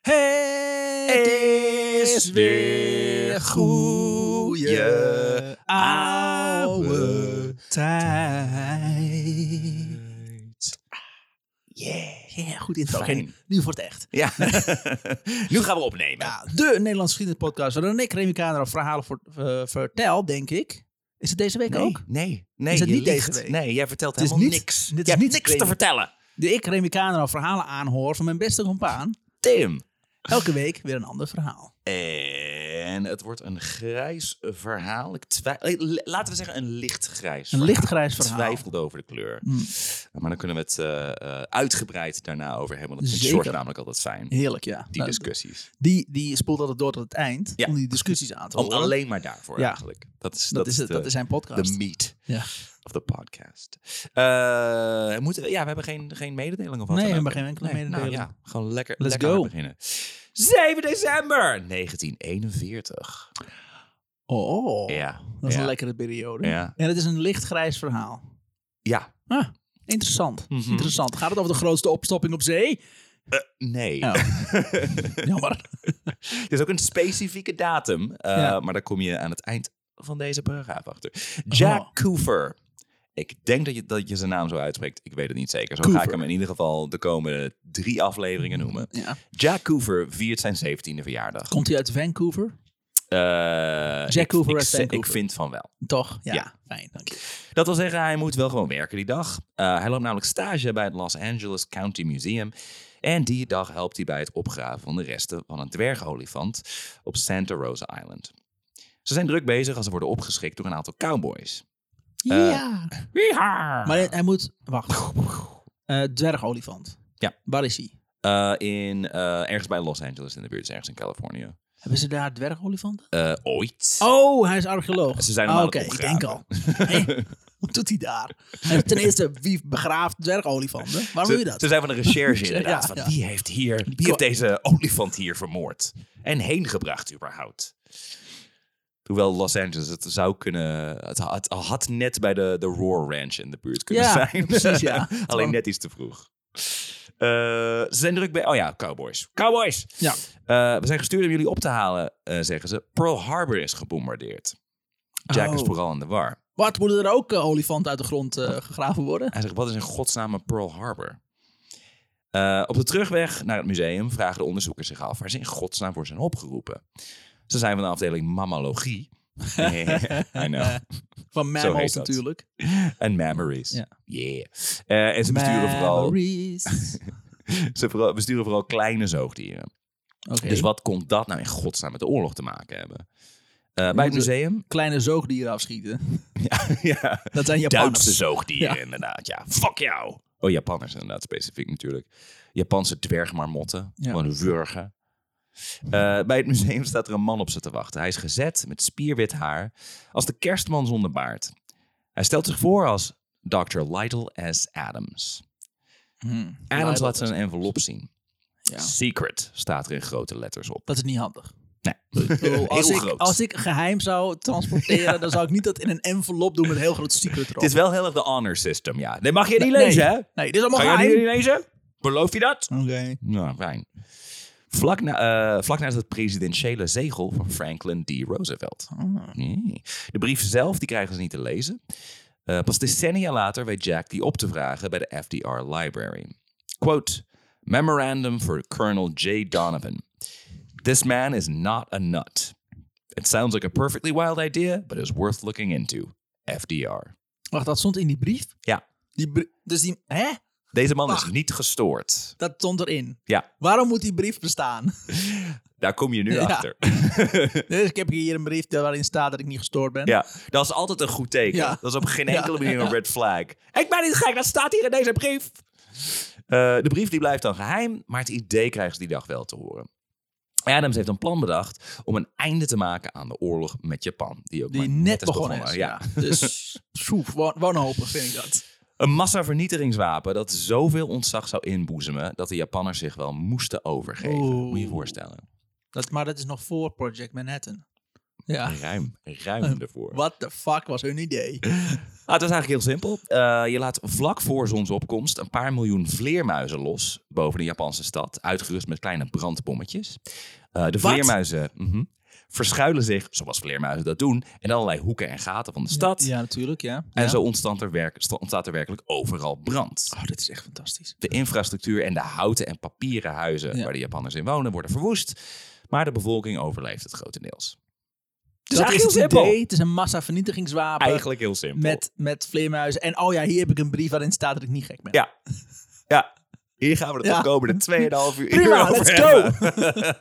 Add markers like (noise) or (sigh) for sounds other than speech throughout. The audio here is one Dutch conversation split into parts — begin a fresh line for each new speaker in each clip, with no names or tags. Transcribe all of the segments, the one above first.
Het is weer goede oude tijd. Yeah. yeah, goed intro.
Fijn.
Oké, nu voor het echt. (laughs)
Ja, nu gaan we opnemen.
Ja, de Nederlands geschiedenis podcast waarin ik Remy Kader verhalen voor, eh, vertel, denk ik. Is het deze week
nee,
ook?
Nee, nee.
Is dat
je
niet
liegt.
deze week?
Nee, jij vertelt
Het is
helemaal
niet-
niks.
dit is
je hebt
niet
niks
Remy.
te vertellen.
De ik Remy Kader verhalen aanhoor van mijn beste compaan.
Tim.
Elke week weer een ander verhaal.
En het wordt een grijs verhaal. Ik twij- eh, l- Laten we zeggen een lichtgrijs
Een lichtgrijs verhaal.
Ik twijfelde over de kleur.
Mm.
Maar dan kunnen we het eh, eh, uitgebreid daarna over hebben. Want dat vindt
Zeker.
George namelijk altijd fijn.
Heerlijk, ja.
Die
Nou,
discussies.
die, die spoelt altijd door tot het eind
Ja.
om die discussies aan te
Om,
horen.
alleen maar daarvoor
Ja.
eigenlijk. Dat is,
dat, is het,
de-
dat is zijn podcast.
de meat
Ja.
of de podcast. Eh, moeten we, ja, we hebben geen, geen mededeling of wat
Nee,
dan
we hebben
ook.
geen enkele mededeling.
Nou, ja, gewoon lekker,
Let's
lekker
go.
aan beginnen. 7 december 1941.
Oh,
ja.
dat is
ja.
een lekkere periode.
Ja.
En het is een lichtgrijs verhaal.
Ja.
Ah, interessant.
Mhm.
Interessant. Gaat het over de grootste opstopping op zee?
Nee. (laughs)
Oh. Jammer.
Het is ook een specifieke datum. eh,
Ja.
Maar daar kom je aan het eind van deze paragraaf achter. Jack
Oh.
Coover. Ik denk dat je, dat je zijn naam zo uitspreekt. Ik weet het niet zeker. Zo ga
Coover.
ik hem in ieder geval de komende drie afleveringen noemen.
Ja.
Jack Coover viert zijn 17e verjaardag.
Komt hij uit Vancouver?
Eh, ik-
Coover
ik,
uit
ze-
Vancouver.
Ik vind van wel.
Toch? Ja.
Ja.
Fijn, dank je.
Dat wil zeggen, hij moet wel gewoon werken die dag. Eh, hij loopt namelijk stage bij het Los Angeles County Museum. En die dag helpt hij bij het opgraven van de resten van een dwergolifant op Santa Rosa Island. Ze zijn druk bezig als ze worden opgeschikt door een aantal cowboys. Eh,
ja.
Wieha!
Maar hij, hij moet... Wacht.
(laughs)
Eh dwergolifant.
Ja.
Waar is hij?
Eh, in, eh, ergens bij Los Angeles in de buurt, is ergens in Californië.
Hebben ze daar dwergolifanten?
Eh, ooit.
Oh, hij is archeoloog.
Ze zijn hem
Ah,
aan
Oké,
het
ik denk al.
(laughs)
Hé, wat doet hij daar? En ten eerste, wie begraaft dwergolifanten? Waarom doe je
Ze,
dat?
ze zijn van de
(laughs)
recherche
Ja,
inderdaad.
ja.
Van, wie heeft hier, wie heeft deze olifant hier vermoord? En heen gebracht überhaupt? Hoewel Los Angeles, het zou kunnen, het had, het had net bij de, de Roar Ranch in de buurt kunnen
Ja, (laughs)
zijn.
precies, ja.
(laughs) Alleen net iets te vroeg. Eh, ze zijn druk bij, oh ja, cowboys. Cowboys!
Ja.
Eh, we zijn gestuurd om jullie op te halen, eh, zeggen ze. Pearl Harbor is gebombardeerd. Jack is
Oh.
vooral in de war.
Wat, moeten er ook eh, olifanten uit de grond eh, gegraven worden?
Hij zegt, wat is in godsnaam een Pearl Harbor? Eh, op de terugweg naar het museum vragen de onderzoekers zich af waar ze in godsnaam voor zijn opgeroepen. Ze zijn van de afdeling mammalogie. (laughs) I know.
Van
Zo heet
mammals
dat.
natuurlijk.
En memories.
Ja.
Yeah. Eh, en ze besturen, vooral,
Memories.
(laughs) ze vooral- besturen vooral kleine zoogdieren.
Oké.
Dus wat kon dat nou in godsnaam met de oorlog te maken hebben? Eh, bij het
moeten- (laughs)
museum?
Kleine zoogdieren afschieten.
ja.
Dat zijn
Duitse
Japanners.
zoogdieren,
eh, Ja.
inderdaad. Ja, fuck jou. Oh, Japanners inderdaad, specifiek natuurlijk. Japanse dwergmarmotten.
Ja.
Gewoon wurgen. Eh, bij het museum staat er een man op ze te wachten. Hij is gezet met spierwit haar, als de kerstman zonder baard. Hij stelt zich voor als Dr. Lytle S. Adams.
Hmm.
Adams
Lytle
laat zijn envelop zien.
Ja.
Secret staat er in grote letters op.
Dat is niet handig.
Nee, (laughs)
Ik bedoel, Oh, als,
heel
ik,
groot.
als ik geheim zou transporteren, dan zou ik niet dat in een envelop doen met een heel groot secret erop.
Het is wel heel erg de honor system, ja. Nee, mag je niet
Nee.
lezen, hè?
Nee, dit is allemaal
Ga jij
geheim.
niet lezen? Beloof je dat?
Oké.
Nou, fijn. Vlak, na, eh, vlak naast het presidentiële zegel van Franklin D. Roosevelt. Nee. De brief zelf, die krijgen ze niet te lezen. Eh, pas decennia later weet Jack die op te vragen bij de FDR Library. Quote, Memorandum for Colonel J. Donovan. This man is not a nut. It sounds like a perfectly wild idea, but is worth looking into. FDR.
Wacht, dat stond in die brief?
Ja,
Die bri- dus die... Hè?
deze man is
Wacht.
niet gestoord.
Dat stond erin.
Ja,
Waarom moet die brief bestaan? (laughs)
daar kom je nu
Ja.
achter.
Dus ik heb hier een brief waarin staat dat ik niet gestoord ben.
Ja, dat is altijd een goed teken.
Ja.
Dat is op geen
Ja.
enkele manier een red flag. Ik ben niet gek, dat staat hier in deze brief. Eh, de brief die blijft dan geheim, maar het idee krijgen ze die dag wel te horen. Adams heeft een plan bedacht om een einde te maken aan de oorlog met Japan. Die, ook
Die
maar
net, begonnen is.
Ja.
Ja. Dus (laughs) soef, wan- wanhopig vind ik dat.
Een massavernietigingswapen dat zoveel ontzag zou inboezemen... dat de Japanners zich wel moesten overgeven.
Oeh.
Moet je je voorstellen.
dat. Maar dat is nog voor Project Manhattan. Ja.
Ruim, ruim ervoor. (laughs)
What the fuck was hun idee?
Ah, het was eigenlijk heel simpel. Eh, je laat vlak voor zonsopkomst een paar miljoen vleermuizen los boven de Japanse stad, uitgerust met kleine brandbommetjes. Eh, de
Wat?
vleermuizen mhm, verschuilen zich, zoals vleermuizen dat doen, in allerlei hoeken en gaten van de stad.
Ja, natuurlijk, ja.
En
Ja.
zo ontstaat er, werk, sta- ontstaat er werkelijk overal brand.
Oh, dit is echt fantastisch.
De infrastructuur en de houten en papieren huizen
Ja.
waar de Japanners in wonen worden verwoest. Maar de bevolking overleeft het grotendeels.
Dus
eigenlijk heel simpel.
Het is een massavernietigingswapen
Eigenlijk heel simpel.
met, met vleermuizen. En oh ja, hier heb ik een brief waarin staat dat ik niet gek ben.
Ja. Ja, hier gaan we het
Ja.
de komende 2,5 uur
Prima,
over
let's
hebben.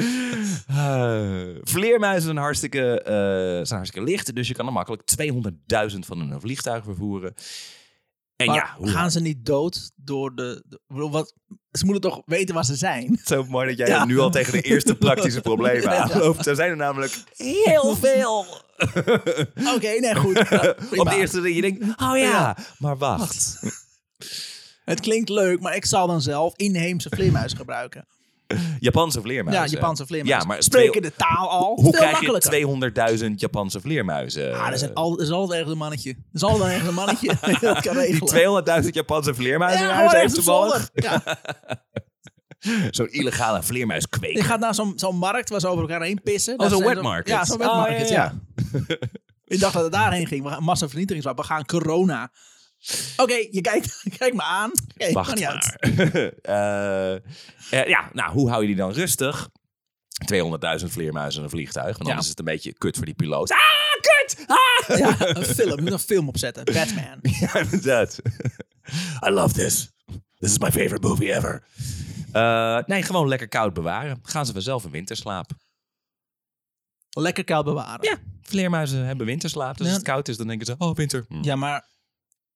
(laughs) Eh, vleermuizen zijn hartstikke, eh, zijn hartstikke licht, dus je kan er makkelijk 200.000 van in een vliegtuig vervoeren. En
Maar
ja, hoe
gaan ze niet dood door de... de- ik bedoel, wat, ze moeten toch weten waar ze zijn?
Zo mooi dat jij
Ja.
nu al tegen de eerste
(laughs)
praktische problemen
Ja.
aanloopt. Zo zijn er namelijk heel veel.
(laughs) Oké, nee,
(laughs)
goed. Ja, prima.
Op de eerste dat je denkt, oh ja,
Ja.
maar wacht.
Het klinkt leuk, maar ik zal dan zelf inheemse vleermuizen gebruiken.
Japanse vleermuizen.
Ja, Japanse vleermuizen.
eh, Ja, maar
Spreken
twee-
de taal al.
Hoe
veel
krijg
makkelijker.
je 200.000 Japanse vleermuizen?
Ah, er, zijn al, er is altijd ergens een mannetje. Er is altijd ergens een
(laughs)
mannetje (laughs) die dat kan regelen.
Die 200.000 Japanse vleermuizen in
ja,
huis
gewoon
heeft
ergens
te
op
vallen.
zolder. Ja,
Zo'n illegale
je
vleermuiskweker.
gaat naar zo'n zo'n markt waar ze over elkaar heen pissen.
Oh,
Dat
zo'n
zijn
wet market.
Ja, zo'n wet
Oh, ja,
market,
ja,
ja. Ik dacht dat het daarheen ging. We gaan massavernietigingswapen. We gaan corona. Oké, je kijkt, (laughs) je kijkt me aan. Oké, maakt
Wacht
niet uit.
maar. (laughs) Eh, eh, ja, nou, hoe hou je die dan rustig? 200.000 vleermuizen in een vliegtuig. Want anders
Ja.
is het een beetje kut voor die piloot. Ah, kut! Ah!
Ja, een film. Je moet een film opzetten. Batman.
(laughs) Ja, inderdaad. (laughs) I love this. This is my favorite movie ever. Eh, nee, gewoon lekker koud bewaren. Gaan ze vanzelf in winterslaap.
Lekker koud bewaren.
Ja, vleermuizen hebben winterslaap. Dus
Ja. Mm.
als het koud is, dan denken ze, oh, winter. Hm.
Ja, maar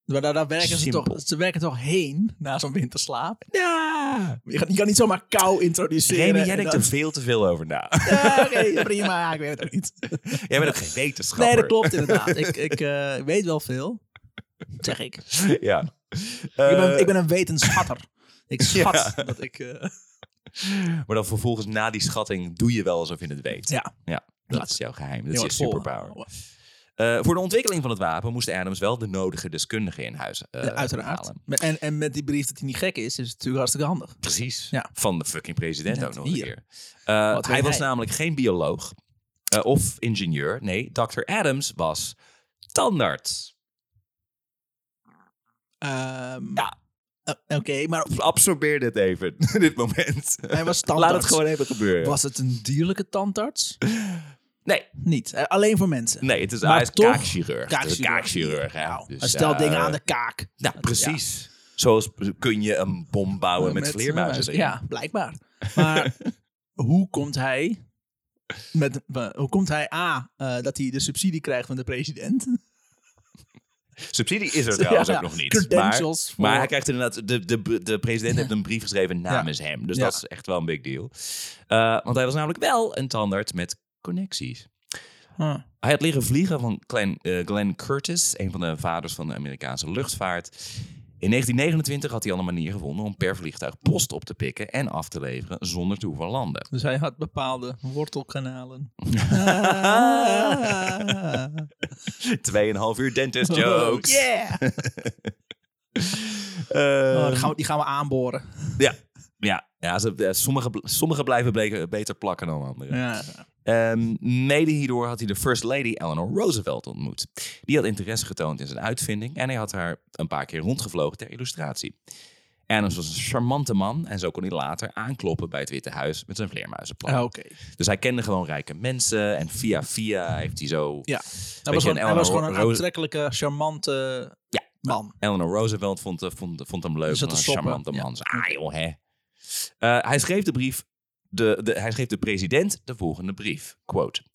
maar daar, daar werken ze
Simpel.
toch, ze werken toch heen na zo'n winterslaap.
Ja.
Je, gaat- je kan niet zomaar kou introduceren.
Remy, jij
en
denkt
dan-
er
(laughs)
veel te veel over na. (laughs)
Ja, oké, prima. Ja, ik weet het ook niet.
Jij bent ook geen wetenschapper.
Nee, dat klopt inderdaad. Ik, ik eh, weet wel veel. Zeg ik.
Ja.
(laughs) ik,
Eh,
ben, ik ben een wetenschatter. Ik schat dat ik... eh,
(laughs) Maar dan vervolgens na die schatting doe je wel alsof je het weet.
ja,
Dat is jouw geheim. Dat is
heel
je
erg vol.
superpower. Eh, voor de ontwikkeling van het wapen moest Adams wel de nodige deskundigen in huis eh,
Ja, uiteraard.
halen.
Met- En, en met die brief dat hij niet gek is, is het natuurlijk hartstikke handig.
Precies.
Ja.
Van de fucking president
Net
ook nog
hier.
een keer. Eh,
Wat
hij
weet
was
hij?
namelijk geen bioloog eh, of ingenieur. Nee, Dr. Adams was tandarts.
Ehm,
Ja.
eh, Oké,
(laughs)
maar
Absorbeer dit even, (laughs) dit moment.
hij was tandarts.
Laat het gewoon even gebeuren.
Was het een dierlijke tandarts?
Nee,
Niet. Eh, alleen voor mensen.
nee, het is,
Maar
hij is
toch-
kaakchirurg. Het is een kaakchirurg. hè.
Nou,
Dus,
hij stelt
eh,
dingen aan de kaak.
Nou, precies. Zoals kun je een bom bouwen met, vleermuizen. erin.
eh, Ja,
(laughs)
blijkbaar. Maar hoe komt hij... Met, hoe komt hij A, eh, dat hij de subsidie krijgt van de president? (laughs)
Subsidie is er trouwens
Ja,
ook
ja.
nog niet. Maar,
Credentials voor-
maar hij krijgt inderdaad, de, de, de president heeft een brief geschreven namens hem. Dus
Ja.
dat is echt wel een big deal. Eh, want hij was namelijk wel een tandarts met connecties.
Ah.
Hij had leren vliegen van Glenn, eh, Glenn Curtis, een van de vaders van de Amerikaanse luchtvaart. In 1929 had hij al een manier gevonden om per vliegtuig post op te pikken en af te leveren zonder te hoeven landen.
(laughs) Dus hij had bepaalde
(laughs)
wortelkanalen. Ah.
2,5 uur
(laughs)
dentist jokes.
Yeah!
(laughs) Eh,
Oh, die, gaan we, die gaan we aanboren.
Ja, ja, ja ze, eh, sommige, bl- sommige blijven bleken beter plakken dan anderen.
Ja.
Ehm, mede hierdoor had hij de First Lady Eleanor Roosevelt ontmoet. Die had interesse getoond in zijn uitvinding en hij had haar een paar keer rondgevlogen ter illustratie. Adams was een charmante man en zo kon hij later aankloppen bij het Witte Huis met zijn vleermuizenplan.
Ah, Oké.
Dus hij kende gewoon rijke mensen en via via heeft hij zo...
Ja. Hij
Weet
was,
je,
gewoon,
en
hij was
Eleanor
gewoon een
Roos-
aantrekkelijke, charmante
Ja.
man.
Eleanor Roosevelt vond, eh, vond, vond hem leuk.
Is dat
Een
te stoppen?
charmante
Ja.
man. Ah joh, hè. Eh, hij schreef de brief, de, de, hij schreef de president de volgende brief. Quote.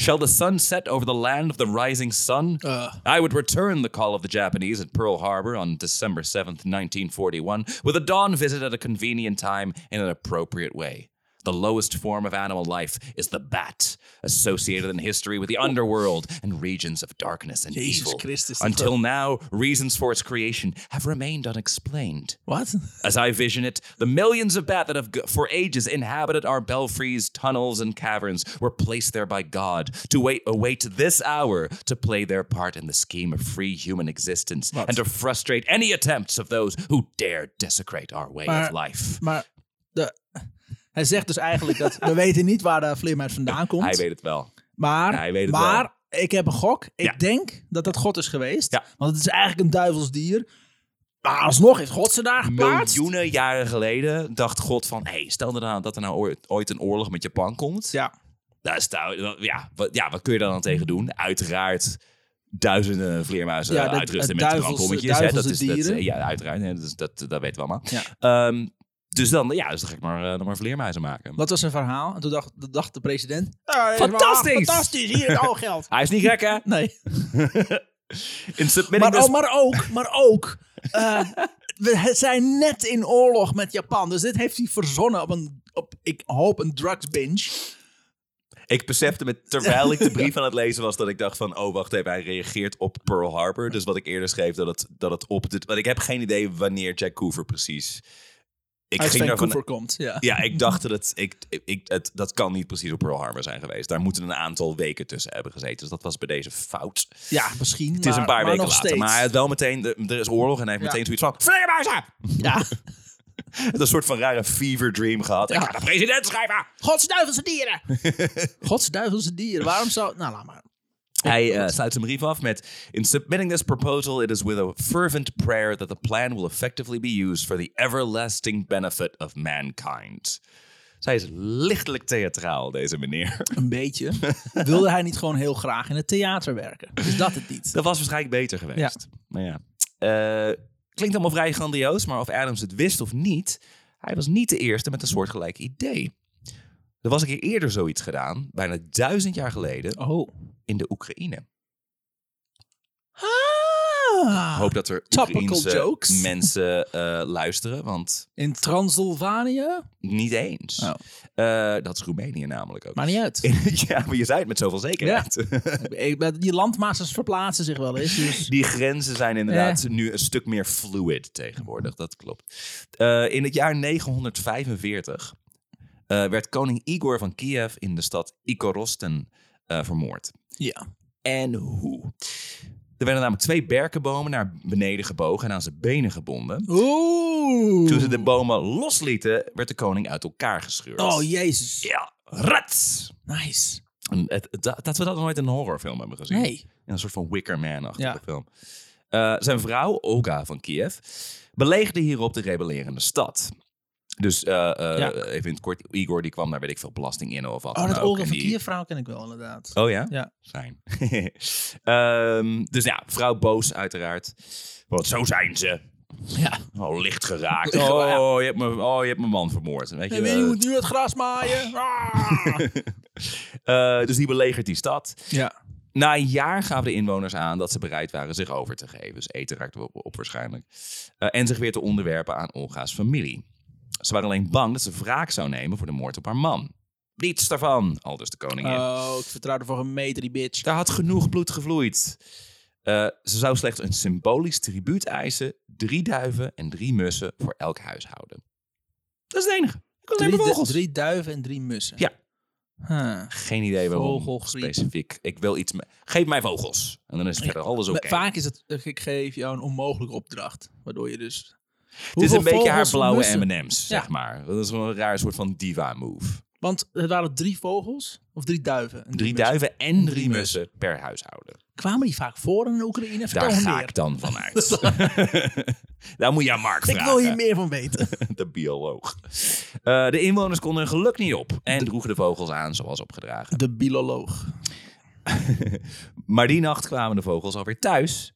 Shall the sun set over the land of the rising sun?
Eh,
I would return the call of the Japanese at Pearl Harbor on December 7th, 1941, with a dawn visit at a convenient time in an appropriate way. The lowest form of animal life is the bat, associated in history with the underworld and regions of darkness and
Jezus
evil.
Christus.
Until now, reasons for its creation have remained unexplained.
Wat?
As I vision it, the millions of bat that have g- for ages inhabited our belfries, tunnels, and caverns were placed there by God to wait, await this hour to play their part in the scheme of free human existence
Wat?
and to frustrate any attempts of those who dare desecrate our way
Maar-
of life.
Maar de, hij zegt dus eigenlijk dat
(laughs)
we weten niet waar de vleermuis vandaan
Hij
komt.
weet het wel.
Maar,
Ja, hij weet het
maar ik heb een gok. Ik
Ja.
denk dat dat God is geweest.
Ja.
Want het is eigenlijk een duivels dier. Maar alsnog heeft God ze daar geplaatst.
Miljoenen jaren geleden dacht God van... hey, stel er nou dat er nou ooit, ooit een oorlog met Japan komt.
Ja.
Daar is nou- ja, wat, ja, wat kun je daar dan tegen doen? Uiteraard duizenden vleermuizen
Ja,
eh,
dat-
uitrusten
eh,
met
duivels-
krankkommetjes. hè. Dat
duivelse
is dat,
dieren.
eh, Ja, uiteraard. hè, Dus dat, dat weten we allemaal. Ehm, dus dan, ja, dus dan ga ik maar, eh, dan maar vleermuizen maken.
Dat was zijn verhaal. En toen dacht, dat dacht de president... "Ah, dit is
Fantastisch!
waar, fantastisch, hier het al geld.
Hij is niet gek, hè?
(laughs) Nee.
In submitting
Maar,
this...
oh, maar ook, maar ook...
(laughs)
eh, we zijn net in oorlog met Japan. Dus dit heeft hij verzonnen op een... Op, ik hoop een drugsbinge.
Ik besefte met, terwijl ik de
(laughs)
brief aan het lezen was, dat ik dacht van, oh wacht even, hij reageert op Pearl Harbor. Dus wat ik eerder schreef, dat het, dat het op dit, want ik heb geen idee wanneer Jack Coover precies. Ik
Uit
ging daarvan.
Vancouver komt. Ja.
Ja, ik dacht dat het, ik, ik, het, dat kan niet precies op Pearl Harbor zijn geweest. Daar moeten een aantal weken tussen hebben gezeten. Dus dat was bij deze fout.
ja, misschien.
Het is een paar weken
nog
later.
steeds.
Maar hij had wel meteen, de- er is oorlog en hij heeft
Ja.
meteen zoiets van, vleermuizen!
Ja.
Het is Een soort van rare fever dream gehad. Ik
Ja.
ga de president schrijven!
Godsduivelse dieren. (laughs) Godsduivelse dieren. Waarom zou... Nou, laat maar.
Hij eh, sluit zijn brief af met: In submitting this proposal, it is with a fervent prayer that the plan will effectively be used for the everlasting benefit of mankind. Zij is lichtelijk theatraal, deze meneer.
Een beetje. Wilde hij niet gewoon heel graag in het theater werken? Is dat het niet?
Dat was waarschijnlijk beter geweest. Nou ja. Eh, klinkt allemaal vrij grandioos, maar of Adams het wist of niet, hij was niet de eerste met een soortgelijk idee. Er was een keer eerder zoiets gedaan, bijna duizend jaar geleden,
Oh.
in de Oekraïne. Ik
Ah.
hoop dat er
Topical
Oekraïense
jokes. (laughs)
mensen eh, luisteren, want
In Transylvanië?
Niet eens.
Oh.
Eh, dat is Roemenië namelijk ook.
Maar
(laughs)
niet uit.
ja, maar je zei het met zoveel zekerheid. (laughs)
Ik ben- Die landmasters verplaatsen zich wel eens. Dus.
Die grenzen zijn inderdaad nu een stuk meer fluid tegenwoordig. Dat klopt. Eh, in het jaar 945 eh, werd koning Igor van Kiev in de stad Ikorosten eh, vermoord.
Ja.
En hoe? Er werden namelijk twee berkenbomen naar beneden gebogen en aan zijn benen gebonden.
Oeh.
Toen ze de bomen loslieten, werd de koning uit elkaar gescheurd.
Oh, jezus.
ja, rats!
Nice.
Een- het- het- dat we dat nooit in een horrorfilm hebben gezien.
Nee.
In een soort van Wicker Man-achtige
Ja.
film. Eh, zijn vrouw, Olga van Kiev, belegde hierop de rebellerende stad. Dus eh, eh,
Ja.
even in het kort, Igor die kwam naar, weet ik veel, belasting in of wat
Oh,
dan
dat
ook.
Olga
En
van
die-
Kiervrouw ken ik wel inderdaad.
Oh ja?
Ja.
Fijn. (laughs) Ehm, dus ja, vrouw boos uiteraard. Want zo zijn ze.
Ja.
Oh, licht geraakt.
Licht geraakt.
Oh, je hebt mijn, oh, je hebt mijn man vermoord. Weet je,
En wie
eh,
moet nu het gras maaien? Ah.
(laughs) eh, dus die belegert die stad.
Ja.
Na een jaar gaven de inwoners aan dat ze bereid waren zich over te geven. Dus eten raakte op, op waarschijnlijk. Eh, en zich weer te onderwerpen aan Olga's familie. Ze waren alleen bang dat ze wraak zou nemen voor de moord op haar man. Niets daarvan, aldus de koningin.
Oh, ik vertrouwde voor een meter die bitch.
Daar had genoeg bloed gevloeid. Eh, ze zou slechts een symbolisch tribuut eisen. Drie duiven en drie mussen voor elk huishouden. Dat is het enige. Ik was alleen
Drie,
maar
du-
vogels.
drie duiven en drie mussen.
Ja.
Huh.
Geen idee waarom
Vogelgriep.
specifiek. Ik wil iets... me- Geef mij vogels. En dan is het verder alles oké.
Oh Maar Vaak is het, eh, ik geef jou een onmogelijke opdracht. Waardoor je dus...
Het is
Hoeveel
een beetje haar
vogels
blauwe
mussen?
M&M's, zeg
Ja.
maar. Dat is wel een raar soort van diva-move.
Want het waren drie vogels of drie duiven. En
Drie
mussen.
duiven en drie
drie
mussen per huishouden.
Kwamen die vaak voor in Oekraïne? Vertel
Daar
me
ga
meer.
ik dan van
(laughs)
uit. (laughs) Daar moet je aan Mark
Ik
vragen,
wil hier meer van weten.
(laughs) de bioloog. Eh, de inwoners konden hun geluk niet op en droegen de vogels aan zoals opgedragen.
De bioloog.
Maar die nacht kwamen de vogels alweer thuis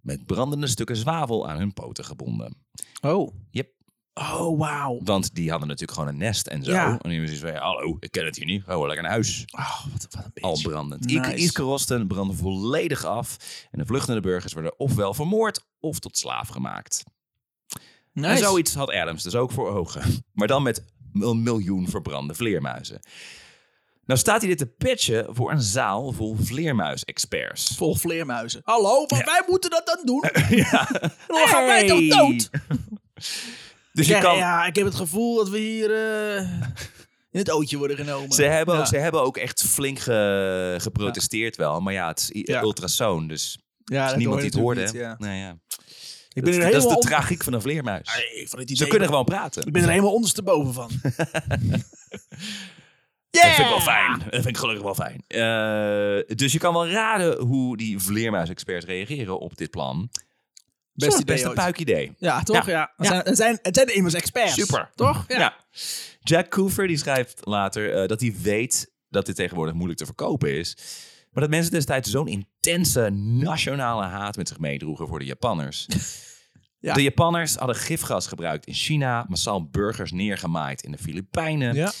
met brandende stukken zwavel aan hun poten gebonden.
Oh.
Yep.
Oh, wauw.
Want die hadden natuurlijk gewoon een nest en zo.
Ja.
En die was van, hallo, ik ken het hier niet. Oh, lekker naar huis.
Oh, wat, wat een
al
beetje.
brandend.
Nice.
Nice. Iskarosten brandde volledig af en de vluchtende burgers werden ofwel vermoord of tot slaaf gemaakt.
Nice.
En zoiets had Adams dus ook voor ogen. (laughs) Maar dan met een miljoen verbrande vleermuizen. Nou staat hij dit te pitchen voor een zaal vol
(laughs)
vleermuisexperts.
Vol vleermuizen. Hallo, maar wij moeten dat dan doen.
Ja.
Dan gaan wij toch dood?
Dus je
Ja,
kan,
ja, ik heb het gevoel dat we hier eh, in het ootje worden genomen.
Ze hebben,
ja.
ook, ze hebben ook echt flink ge- geprotesteerd wel. Maar ja, het is i-
Ja.
ultrasoon, dus
Ja,
er is
dat
niemand die het
hoor
hoorde.
je
hè?
natuurlijk niet,
Nou ja.
Ik
dat,
ben
is
er
de- dat is de
helemaal on-
tragiek van een vleermuis.
Nee, van het idee.
Ze kunnen
van-
gewoon praten.
Ik ben er helemaal ondersteboven
(laughs)
van.
Dat vind ik wel fijn. Dat vind ik gelukkig wel fijn. Eh, dus je kan wel raden hoe die vleermuisexperts reageren op dit plan.
Best
Zo'n
idee
Best een
ooit.
puik idee.
Ja, toch? Ja. Het, zijn, het, zijn, het zijn immers experts.
Super.
Toch? Ja.
Jack Coover die schrijft later eh, dat hij weet dat dit tegenwoordig moeilijk te verkopen is. Maar dat mensen destijds zo'n intense nationale haat met zich meedroegen voor de Japanners.
(laughs) Ja.
De Japanners hadden gifgas gebruikt in China, massaal burgers neergemaaid in de Filipijnen.
Ja.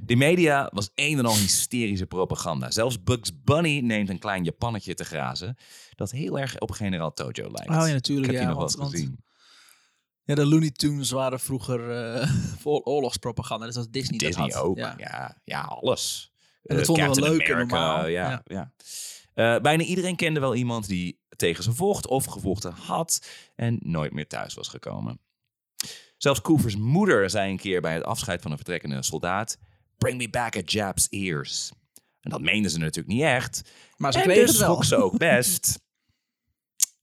De media was een en al hysterische propaganda. Zelfs Bugs Bunny neemt een klein Japannetje te grazen. Dat heel erg op generaal Tojo lijkt.
Oh ja,
Ik
natuurlijk.
heb
ja,
die nog wel
want-
eens
want-
gezien.
Ja, de Looney Tunes waren vroeger eh, (laughs) voor oorlogspropaganda. Dus dat is Disney, dat
Disney
had.
ook.
Ja.
Ja, ja, alles.
En dat
Eh,
vonden we
Captain
leuk en normaal.
ja.
Ja.
ja. Eh, bijna iedereen kende wel iemand die tegen ze vocht of gevochten had en nooit meer thuis was gekomen. Zelfs Coopers moeder zei een keer bij het afscheid van een vertrekkende soldaat: Bring me back a Jap's ears. En dat meenden ze natuurlijk niet echt.
Maar ze
en
kregen
dus
het wel.
schrok ze
(laughs)
ook best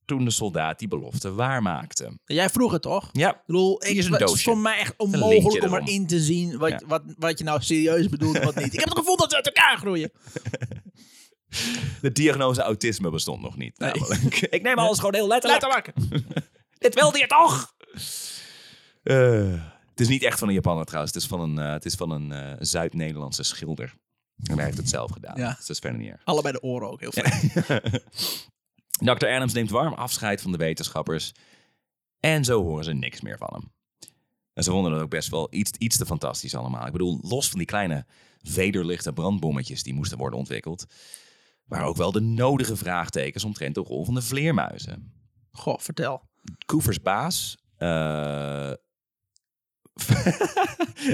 toen de soldaat die belofte waarmaakte.
Jij vroeg het toch?
Ja,
Ik bedoel,
Hier
ik,
is een
het is
doosje.
voor mij echt
lintje
onmogelijk om
erom.
erin te zien wat,
Ja.
wat, wat je nou serieus bedoelt en wat niet. Ik heb het gevoel dat we uit elkaar groeien.
(laughs) de diagnose autisme bestond nog niet. namelijk. (laughs) Ik neem alles gewoon heel letterlijk.
Letterlijk.
(laughs) Dit wilde je toch? Eh, het is niet echt van een Japanner trouwens. Het is van een, eh, het is van een eh, Zuid-Nederlandse schilder. En hij heeft het zelf gedaan.
Ja.
Dus dat is verder niet erg.
Allebei de oren ook, heel fijn.
Dr. Adams neemt warm afscheid van de wetenschappers. En zo horen ze niks meer van hem. En ze vonden het ook best wel iets, iets te fantastisch allemaal. Ik bedoel, los van die kleine vederlichte brandbommetjes die moesten worden ontwikkeld. waren ook wel de nodige vraagtekens omtrent de rol van de vleermuizen.
Goh, vertel.
Koevers baas. eh, (laughs)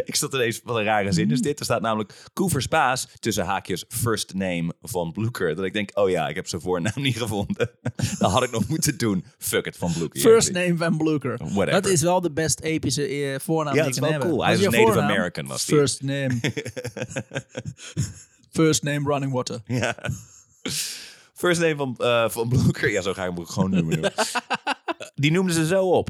ik zat ineens, wat een rare zin is
Mm.
dit. Er staat namelijk Koevers baas tussen haakjes first name van Bloeker. Dat ik denk, oh ja, ik heb zijn voornaam (laughs) niet gevonden. dat had ik nog moeten doen. Fuck it, van Bloeker.
First name Van Bluker.
Whatever.
Dat is wel de best epische eh, voornaam
Ja,
die ik
dat
kan
is wel
hebben.
cool.
Wat
Hij was
je
Native
voornaam?
American, was die.
First
(laughs)
name. First name Running Water.
Ja. First name van, eh van Bloeker. Ja, zo ga ik hem gewoon
(laughs)
noemen. joh. Eh, Die noemden ze zo op.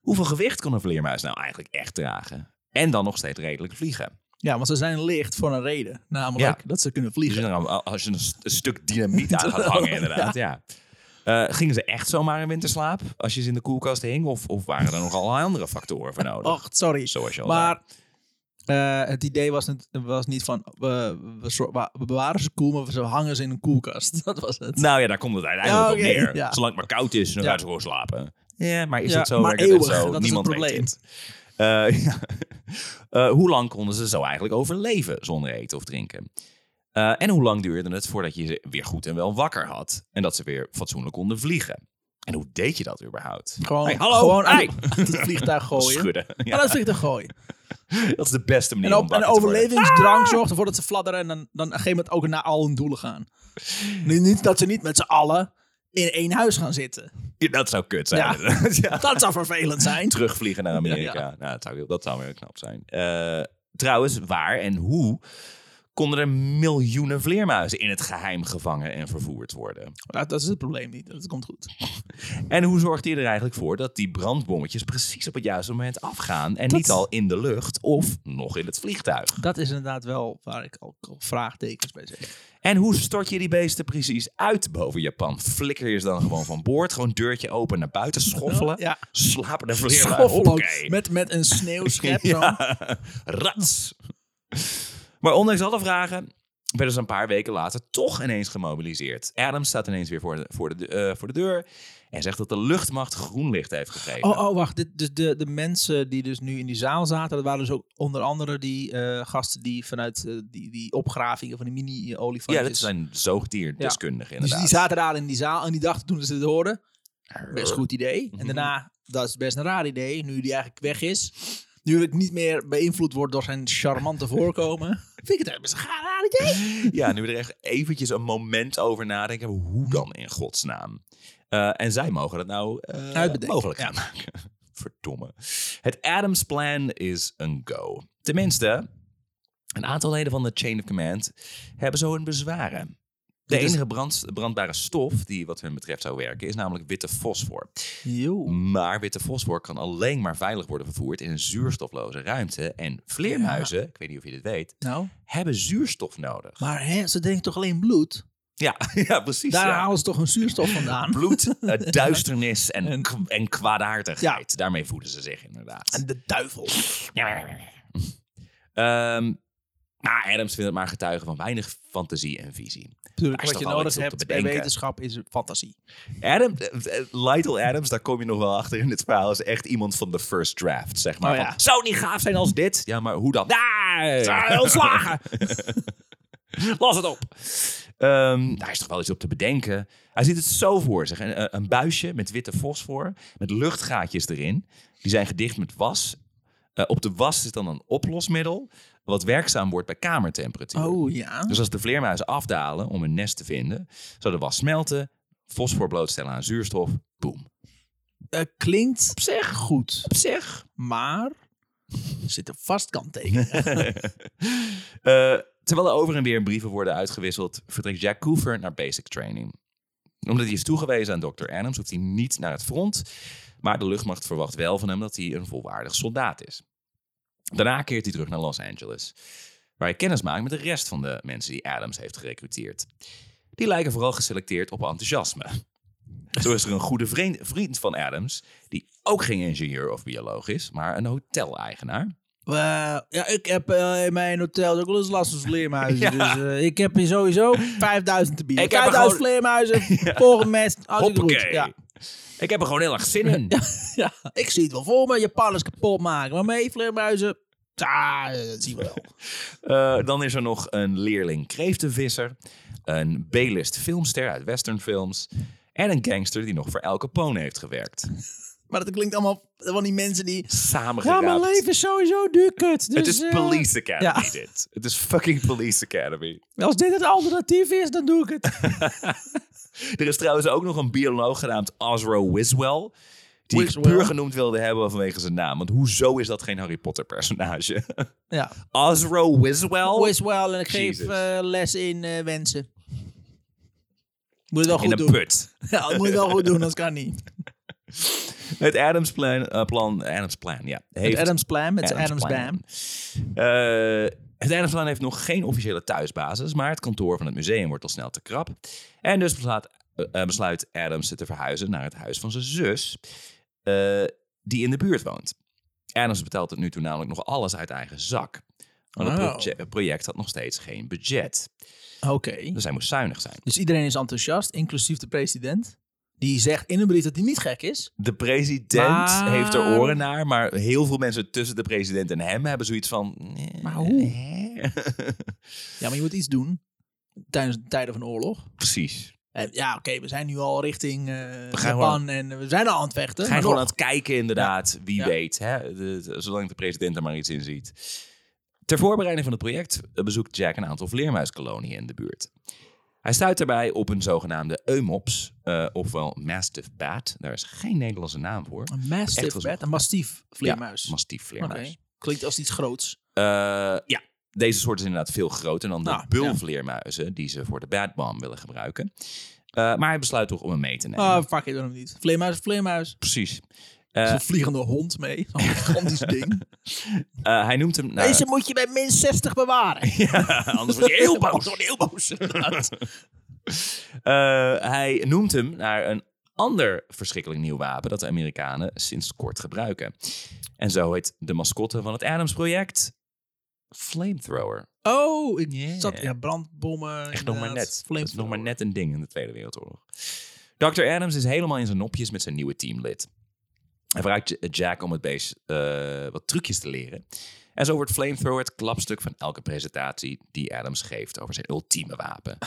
Hoeveel gewicht kon een vleermuis nou eigenlijk echt dragen? En dan nog steeds redelijk vliegen.
Ja, want ze zijn licht voor een reden. Namelijk
Ja.
dat ze kunnen
Dus
vliegen.
je dan- als je een, st- een stuk dynamiet aan gaat
(laughs)
hangen, inderdaad. Ja. Eh, gingen ze echt zomaar in winterslaap als je ze in de koelkast hing? Of, of waren er nog allerlei andere factoren voor nodig?
Och, sorry.
Zoals je al
Maar eh, het idee was niet, was niet van we, we, zo- wa- we bewaren ze koel, maar we ze hangen ze in een koelkast. (laughs) Dat was het.
zei. Nou ja, daar komt het uiteindelijk
Ja,
op
Oh, oké,
neer.
ja.
Zolang het maar koud is, dan
Ja.
gaan ze gewoon slapen. Ja, maar is
Ja,
het zo?
maar
Werkt het echt
eeuwig,
zo?
dat is
Niemand
het probleem.
weet dit. Eh, ja. Eh, (laughs) hoe lang konden ze zo eigenlijk overleven zonder eten of drinken? Eh, en hoe lang duurde het voordat je ze weer goed en wel wakker had? En dat ze weer fatsoenlijk konden vliegen? En hoe deed je dat überhaupt?
Gewoon,
Hey, hallo,
gewoon
hey.
uit, uit het vliegtuig
(laughs)
gooien.
Schudden.
Ja.
Ja,
dat vliegtuig gooien.
dat is de beste manier
En
om
op,
wakker
een
te worden. Ah!
overlevingsdrang zorgt ervoor dat ze fladderen en dan, dan op een gegeven moment ook naar al hun doelen gaan. Nu, niet dat ze niet met z'n allen in één huis gaan zitten.
Ja, Ah, dat zou kut zijn.
Ja.
inderdaad. (laughs) Ja.
Dat zou vervelend
(laughs)
zijn.
Terugvliegen naar Amerika.
Ja,
Nou, dat, zou, heel- dat zou heel knap zijn. Eh, trouwens, waar en hoe konden er miljoenen vleermuizen in het geheim gevangen en vervoerd worden?
Dat, dat is het probleem niet. Dat komt goed.
En hoe zorgde je er eigenlijk voor dat die brandbommetjes precies op het juiste moment afgaan en niet al in de lucht of nog in het vliegtuig?
Dat is inderdaad wel waar ik ook al vraagtekens bij zeg.
En hoe stort je die beesten precies uit boven Japan? Flikker je ze dan gewoon van boord? Gewoon deurtje open naar buiten schoffelen?
Ja.
Slapen de vleermuizen?
Schoffel ook.
Hoppakee.
Met, met een
(laughs)
sneeuwschep. zo.
Ja, rats. Maar ondanks alle vragen werden ze een paar weken later toch ineens gemobiliseerd. Adams staat ineens weer voor de, voor de, eh, voor de deur en zegt dat de luchtmacht groen licht heeft gegeven.
Oh, oh, wacht. Dit, dus de, de mensen die dus nu in die zaal zaten, dat waren dus ook onder andere die eh, gasten die vanuit eh, die, die opgravingen van die mini-olifantjes.
ja, dit zijn zoogdierdeskundigen
Dus
inderdaad.
die zaten daar in die zaal en die dachten toen ze het
Mhm.
hoorden, best goed idee. En daarna, dat is best een raar idee, nu die eigenlijk weg is. Nu ik niet meer beïnvloed word door zijn charmante
(laughs)
voorkomen. vind ik het echt best een gaar idee.
Ja, nu we er echt eventjes een moment over nadenken.
Mhm.
Hoe dan in godsnaam? Eh, en zij mogen dat nou eh,
Uitbedenken,
mogelijk
ja.
gaan maken. (laughs) Verdomme. Het Adams Plan is een go. Tenminste, een aantal leden van de Chain of Command hebben zo hun bezwaren. De
Dit is-
enige brand, brandbare stof die wat hun betreft zou werken is namelijk witte fosfor.
Jo.
Maar witte fosfor kan alleen maar veilig worden vervoerd in een zuurstofloze ruimte. En vleermuizen, ik weet niet of je dit weet,
Nou,
hebben zuurstof nodig.
maar hè, ze drinken toch alleen bloed?
Ja, (laughs) ja precies.
Daar
ja.
halen ze toch een zuurstof vandaan? (laughs)
Bloed, eh, duisternis en,
En-
en, en kwaadaardigheid.
Ja.
Daarmee voeden ze zich inderdaad.
En de duivel.
Ehm, maar Adams vindt het maar getuigen van weinig fantasie en visie.
Natuurlijk,
Daar is
wat je
toch wel
nodig
iets op te
hebt bij
bedenken.
wetenschap is fantasie.
Adam, eh, eh, Lytle Adams, daar kom je nog wel achter in dit verhaal, is echt iemand van de first draft, zeg maar.
Oh ja.
Van, Zou het niet gaaf zijn als dit? Ja, maar hoe dan?
Ah,
Nee!
(laughs) ontslagen!
Las het op. Ehm, daar is toch wel iets op te bedenken. Hij ziet het zo voor zich. Een, een- een buisje met witte fosfor, met luchtgaatjes erin. Die zijn gedicht met was. Eh, op de was zit dan een oplosmiddel, wat werkzaam wordt bij kamertemperatuur.
Oh ja.
Dus als de vleermuizen afdalen om een nest te vinden, zou de was smelten, fosfor blootstellen aan zuurstof, boem.
Eh, klinkt op zich goed,
Op zich.
maar er zit een vast (laughs) kanttekening.
(laughs) Eh, terwijl er over en weer brieven worden uitgewisseld, vertrekt Jack Cooper naar basic training. Omdat hij is toegewezen aan Dr. Adams, hoeft hij niet naar het front. Maar de luchtmacht verwacht wel van hem dat hij een volwaardig soldaat is. Daarna keert hij terug naar Los Angeles, waar hij kennis maakt met de rest van de mensen die Adams heeft gerekruteerd. Die lijken vooral geselecteerd op enthousiasme. (laughs) Zo is er een goede vriend, vriend van Adams, die ook geen ingenieur of bioloog is, maar een hoteleigenaar.
Eh, ja, ik heb eh, in mijn hotel ook wel eens last van vleermuizen. (laughs)
Ja.
Dus eh, ik heb hier sowieso 5000 te bieden.
Ik heb er
5000 (laughs)
gewoon-
vleermuizen, volgend mest, hartstikke goed.
Hoppakee.
Ja,
Ik heb er gewoon heel erg zin
(laughs)
in.
ja, ik zie het wel voor me, Japanners kapot maken. Maar mee, vleermuizen, ah, dat zien we (laughs) wel.
Eh, dan is er nog een leerling kreeftenvisser, een B-list filmster uit westernfilms en een gangster die nog voor Al Capone heeft gewerkt.
Maar dat klinkt allemaal van die mensen die...
Samengeraapt.
is sowieso duur kut.
Het is
eh,
Police Academy
ja.
dit. Het is fucking Police Academy.
Als dit het alternatief is, dan doe ik het.
Er is trouwens ook nog een bioloog genaamd Osro Wiswell. Die
Wiswell.
ik puur genoemd wilde hebben vanwege zijn naam. Want hoezo is dat geen Harry Potter personage? (laughs)
ja.
Osro Wiswell?
Always well en ik geef
Oh, Jesus.
eh, les in eh, wensen. Moet je het wel
in
goed
een
doen.
put.
(laughs) Ja, moet je het wel goed doen, dat kan niet.
Het Adams Plan, eh, plan Adams Plan, ja.
Het
(laughs) Heeft
Adams Plan met zijn Adams
Adams
Bam.
Plan. Eh, het Adamsplan heeft nog geen officiële thuisbasis, maar het kantoor van het museum wordt al snel te krap. En dus beslaat- eh, eh, besluit Adams ze te verhuizen naar het huis van zijn zus, eh, die in de buurt woont. Adams betaalt tot nu toe namelijk nog alles uit eigen zak. Want het
Oh.
proje- het project had nog steeds geen budget.
Oké.
Dus hij moest zuinig zijn.
Dus iedereen is enthousiast, inclusief de president. Die zegt in een brief dat hij niet gek is.
De president
Maar-
heeft er oren naar, maar heel veel mensen tussen de president en hem hebben zoiets van. eh,
Maar hoe?
hè?
Ja, maar je moet iets doen tijdens de tijden van oorlog.
(laughs) Precies.
En ja, oké, we zijn nu al richting eh
gaan
Japan en we zijn al aan het vechten.
Ga
maar
je gewoon aan
nog.
het kijken, inderdaad. Wie
Ja.
weet. Hè? De- de- zolang de president er maar iets in ziet. Ter voorbereiding van het project eh, bezoekt Jack een aantal vleermuiskoloniën in de buurt. Hij stuit daarbij op een zogenaamde Eumops, eh, ofwel Mastiff Bat. Daar is geen Nederlandse naam voor.
Een
Echt
mastiff,
wel
bed, een mastief Oh, vleermuis.
Ja, mastief
Oké.
vleermuis.
Klinkt als iets groots.
Eh, ja, deze soort is inderdaad veel groter dan de
Ah,
bulvleermuizen... die ze voor de Bat Bomb willen gebruiken. Eh, maar hij besluit toch om hem mee te nemen.
Ah, fuck it, waarom niet? Vleermuis, is vleermuis.
Precies.
Er is een vliegende hond mee.
(laughs)
Zo'n gigantisch ding.
Eh, hij noemt hem... nou, (laughs)
Deze moet je bij min 60 bewaren.
ja, anders word je heel boos.
Wordt heel boos. inderdaad.
Eh, hij noemt hem naar een ander verschrikkelijk nieuw wapen dat de Amerikanen sinds kort gebruiken. En zo heet de mascotte van het Adams-project Flamethrower.
Oh, ik
Yeah.
zat... Ja, brandbommen. eh,
Echt nog maar
inderdaad.
net. Dat is
Flamethrower.
nog maar net een ding in de Tweede Wereldoorlog. Dr. Adams is helemaal in zijn nopjes met zijn nieuwe teamlid. Hij vraagt J- Jack om het beest eh, wat trucjes te leren. En zo
(laughs)
wordt Flamethrower het klapstuk van elke presentatie die Adams geeft over zijn ultieme wapen.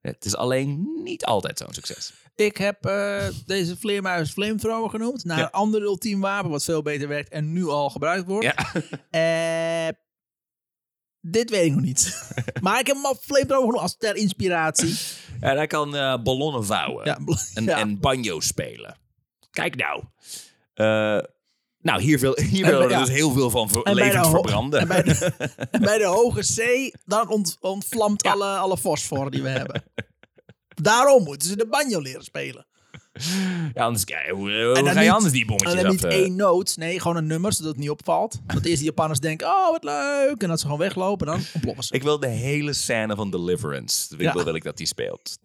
Het is alleen niet altijd zo'n succes.
Ik heb eh, deze vleermuis flamethrower genoemd. Naar
Ja.
een ander ultiem wapen wat veel beter werkt en nu al gebruikt wordt.
Ja.
(laughs) Eh, dit weet ik nog
(laughs)
niet. maar ik heb hem al flamethrower genoemd als ter inspiratie.
En hij kan eh, ballonnen vouwen
Ja, (laughs)
en,
ja.
en banjo spelen. Kijk nou. Eh, nou, hier wil, hier
En
wil er
bij- ja.
dus heel veel van ver-
En bij de
levend
ho-
verbranden.
en bij de, en bij de hoge C, dan ont, ontvlamt alle, alle fosfor die we hebben. Daarom moeten ze de banjo leren spelen.
Ja, anders kijk, hoe, hoe
dan
ga je
niet-
anders die
En
bommetjes
dan
af...
niet
eh,
één noot, nee, gewoon een nummer, zodat het niet
(laughs)
opvalt. Want eerst de Japanners denken, oh, wat leuk. En dat ze gewoon weglopen,
(laughs)
dan ontploffen ze.
Ik wil de hele scène van Deliverance. Ik
Ja.
wil, wil ik dat die speelt.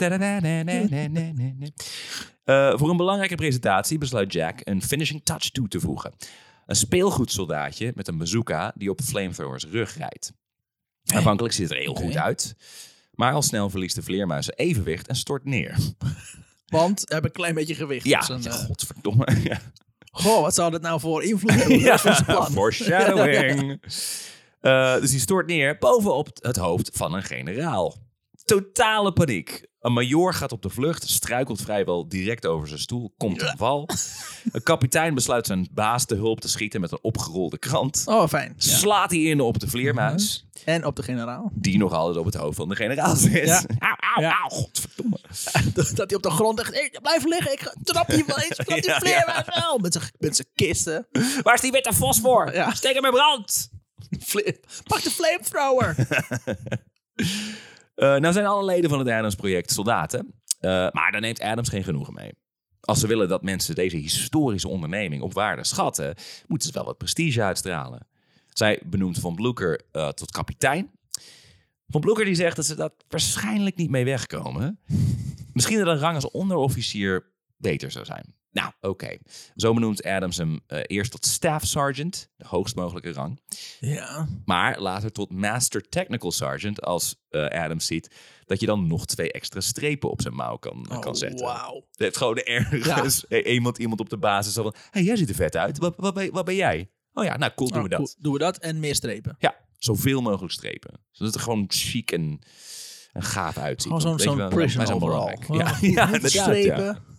Eh, voor een belangrijke presentatie besluit Jack een finishing touch toe te voegen. Een speelgoedsoldaatje met een bazooka die op flamethrowers rug rijdt. Aanvankelijk ziet het er heel goed uit. Maar al snel verliest de vleermuis zijn evenwicht en stort neer.
Want ze hebben een klein beetje gewicht.
Ja,
op zijn, eh,
godverdomme. Ja.
goh, wat zou dat nou voor invloed hebben
(laughs)
op de rest van zijn (laughs) plan?
foreshadowing. Eh, dus die stort neer bovenop het hoofd van een generaal. Totale paniek. Een major gaat op de vlucht, struikelt vrijwel direct over zijn stoel, komt een val. Een kapitein besluit zijn baas te hulp te schieten met een opgerolde krant.
Oh, fijn. Ja.
Slaat hij in op de vleermuis,
En op de generaal. (laughs)
die nog altijd op het hoofd van de generaal zit.
Ja.
Auw, auw,
Ja.
auw, godverdomme.
Dat hij op de grond echt, "Hey, blijf liggen, ik ga- trap je wel eens, trap die
(laughs) Ja,
vleermuis wel. Met zijn- Met zijn kisten.
Waar is die witte fosfor?
Ja.
Steek hem in brand!
Vle- Pak de
(laughs)
flamethrower.
Eh, nou zijn alle leden van het Adams-project soldaten, eh, maar daar neemt Adams geen genoegen mee. Als ze willen dat mensen deze historische onderneming op waarde schatten, moeten ze wel wat prestige uitstralen. Zij benoemt Van Bloeker eh, tot kapitein. Van Bloeker die zegt dat ze dat waarschijnlijk niet mee wegkomen. Misschien dat een rang als onderofficier beter zou zijn. Nou, oké. Zo benoemt Adams hem eh, eerst tot staff sergeant, de hoogst mogelijke rang.
Ja.
Maar later tot Master Technical Sergeant als eh Adams ziet dat je dan nog twee extra strepen op zijn mouw kan, kan zetten.
Oh, Wauw.
Het heeft gewoon ergens (laughs) e- iemand, iemand op de basis zo van, hé, hey, jij ziet er vet uit. Wat, wat, ben- wat ben jij? Oh ja, nou cool, doen we dat.
Doen we dat en meer strepen.
Ja, zoveel mogelijk strepen. Zodat het er gewoon chic en, en gaaf uitziet.
Gewoon zo'n
Want weet je
zo'n
wel,
prison
wij zijn
overall.
belangrijk.
Gewoon
Ja,
goed
(laughs) ja,
met
inderdaad, ja.
strepen.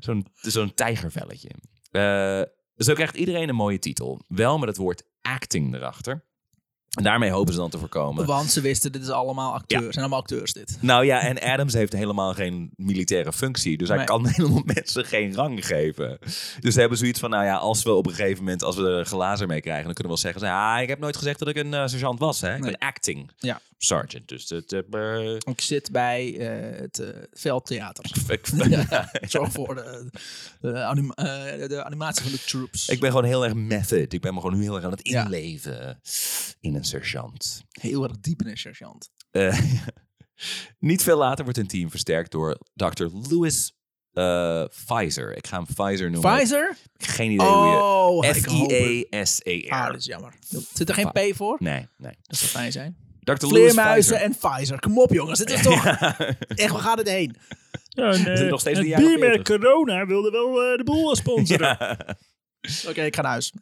Zo'n zo'n tijgervelletje. Eh, zo krijgt iedereen een mooie titel. Wel met het woord acting erachter. En daarmee hopen ze dan te voorkomen.
Want ze wisten, dit is allemaal acteurs. Zijn allemaal acteurs dit.
Nou ja, en Adams heeft helemaal geen militaire functie. Dus hij
Nee.
kan (laughs) helemaal mensen geen rang geven. Dus ze hebben zoiets van, nou ja, als we op een gegeven moment... als we er glazen mee krijgen, dan kunnen we wel zeggen... Ah, ik heb nooit gezegd dat ik een eh, sergeant was, hè. Ik
Nee.
ben acting
Ja.
sergeant. Dus dat... eh,
(laughs)
eh,
Ik zit bij eh, het eh, veldtheater.
(laughs) ik-
Ja, (laughs) zorg voor de, de, anima- eh, de animatie van de troops.
Ik ben gewoon heel erg method. Ik ben me gewoon nu heel erg aan het
Ja.
inleven in een sergeant.
heel erg diep in een sergeant.
Eh, (laughs) niet veel later wordt hun team versterkt door Dr. Louis eh Pfizer. Ik ga hem Pfizer noemen.
Pfizer?
Geen idee hoe
Oh,
je... E
ik hoop het. Ah,
F-I-E-S-E-R.
dat is jammer. Zit er geen P voor?
E Nee, nee.
Dat zou fijn zijn.
Dr. Louis
Vleermuizen
Pfizer.
en Pfizer. Kom op jongens, dit is
(laughs)
toch... (laughs) Echt, waar gaat het heen? (laughs)
Ja, en,
zit
eh,
nog steeds in
het
de jaren
biermerk Corona wilde wel eh, de boel
(laughs)
sponsoren.
Oké, ik ga naar huis.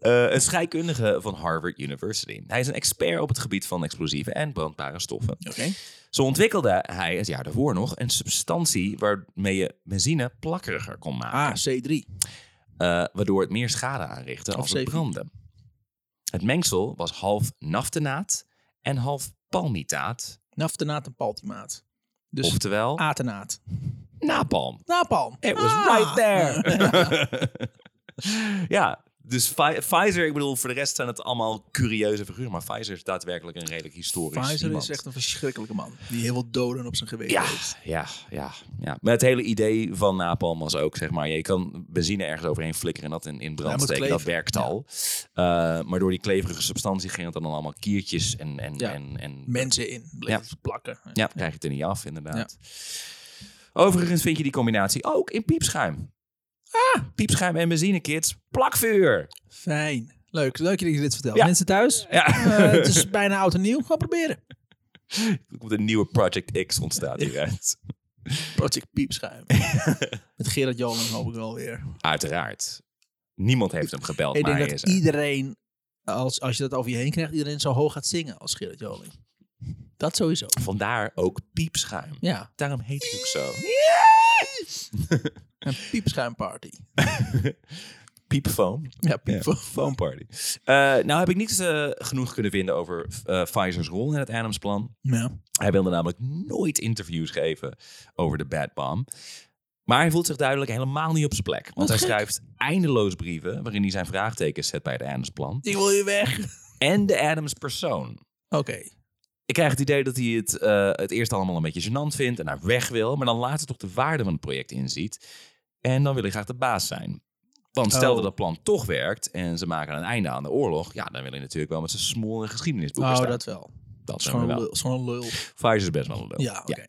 Eh, een scheikundige van Harvard University. Hij is een expert op het gebied van explosieven en brandbare stoffen.
Oké.
Zo ontwikkelde hij het jaar daarvoor nog een substantie waarmee je benzine plakkeriger kon maken.
Ah, C3.
eh, waardoor het meer schade aanrichtte als het
zeven.
brandde. Het mengsel was half naftenaat en half palmitaat,
Naftenaat en paltimaat. Dus
oftewel
atenaat.
napalm.
Napalm.
It was
Ah.
right
(laughs)
there. ja, dus Pfi- Pfizer, ik bedoel, voor de rest zijn het allemaal curieuze figuren, maar Pfizer is daadwerkelijk een redelijk historisch
Pfizer
iemand.
is echt een verschrikkelijke man. Die heel veel doden op zijn geweten
Ja,
heeft.
ja, ja, ja. Maar het hele idee van napalm was ook, zeg maar, je kan benzine ergens overheen flikkeren en dat in, in
Ja,
brand
moet
steken. Dat
kleven.
werkt al. Eh, maar door die kleverige substantie ging het dan allemaal kiertjes en... en,
Ja.
en, en
Mensen in. Bleef plakken.
ja, krijg je het er niet af, inderdaad. Overigens vind je die combinatie ook in piepschuim. Ah, piepschuim en benzine, kids. Plakvuur!
Fijn. Leuk. Leuk dat je dit vertelt.
Ja.
Mensen thuis?
Ja. (laughs)
eh, het is bijna oud en nieuw. Ga proberen.
Er komt een nieuwe Project X ontstaat hieruit.
Project Piepschuim.
(laughs)
Met Gerard Joling hoop ik wel weer.
Uiteraard. Niemand heeft hem gebeld,
ik
maar
denk
hij
dat
is er.
iedereen, als, als je dat over je heen krijgt, iedereen zo hoog gaat zingen als Gerard Joling. Dat sowieso.
Vandaar ook piepschuim.
Ja,
Daarom heet het ook zo.
(laughs) een piepschuimparty.
Piepfoam.
Ja, piepfoam.
Foam party. Eh, nou heb ik niks eh, genoeg kunnen vinden over eh, Pfizer's rol in het Adamsplan.
Ja.
Hij wilde namelijk nooit interviews geven over de bad bomb. Maar hij voelt zich duidelijk helemaal niet op zijn plek. Want hij
gek.
schrijft eindeloos brieven waarin hij zijn vraagtekens zet bij het Adams-plan.
Ik wil je weg.
En de Adams-persoon.
Oké.
Ik krijg het idee dat hij het, eh, het eerst allemaal een beetje gênant vindt en naar weg wil. Maar dan later toch de waarde van het project inziet. En dan wil hij graag de baas zijn. Want stel
Oh.
dat dat plan toch werkt en ze maken een einde aan de oorlog. Ja, dan wil hij natuurlijk wel met zijn smoel in geschiedenisboeken
Oh,
staan.
dat wel.
dat
is
zijn we
gewoon een
wel.
lul. is gewoon een lul.
Pfizer is best wel een lul.
Ja, oké.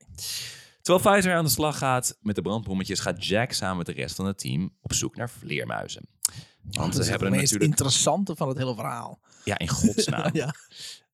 Terwijl Pfizer aan de slag gaat met de brandbommetjes, gaat Jack samen met de rest van het team op zoek naar vleermuizen. Want
Oh, Dat
ze
is het
hebben er
meest
natuurlijk.
interessante van het hele verhaal.
Ja, in godsnaam.
(laughs) Ja.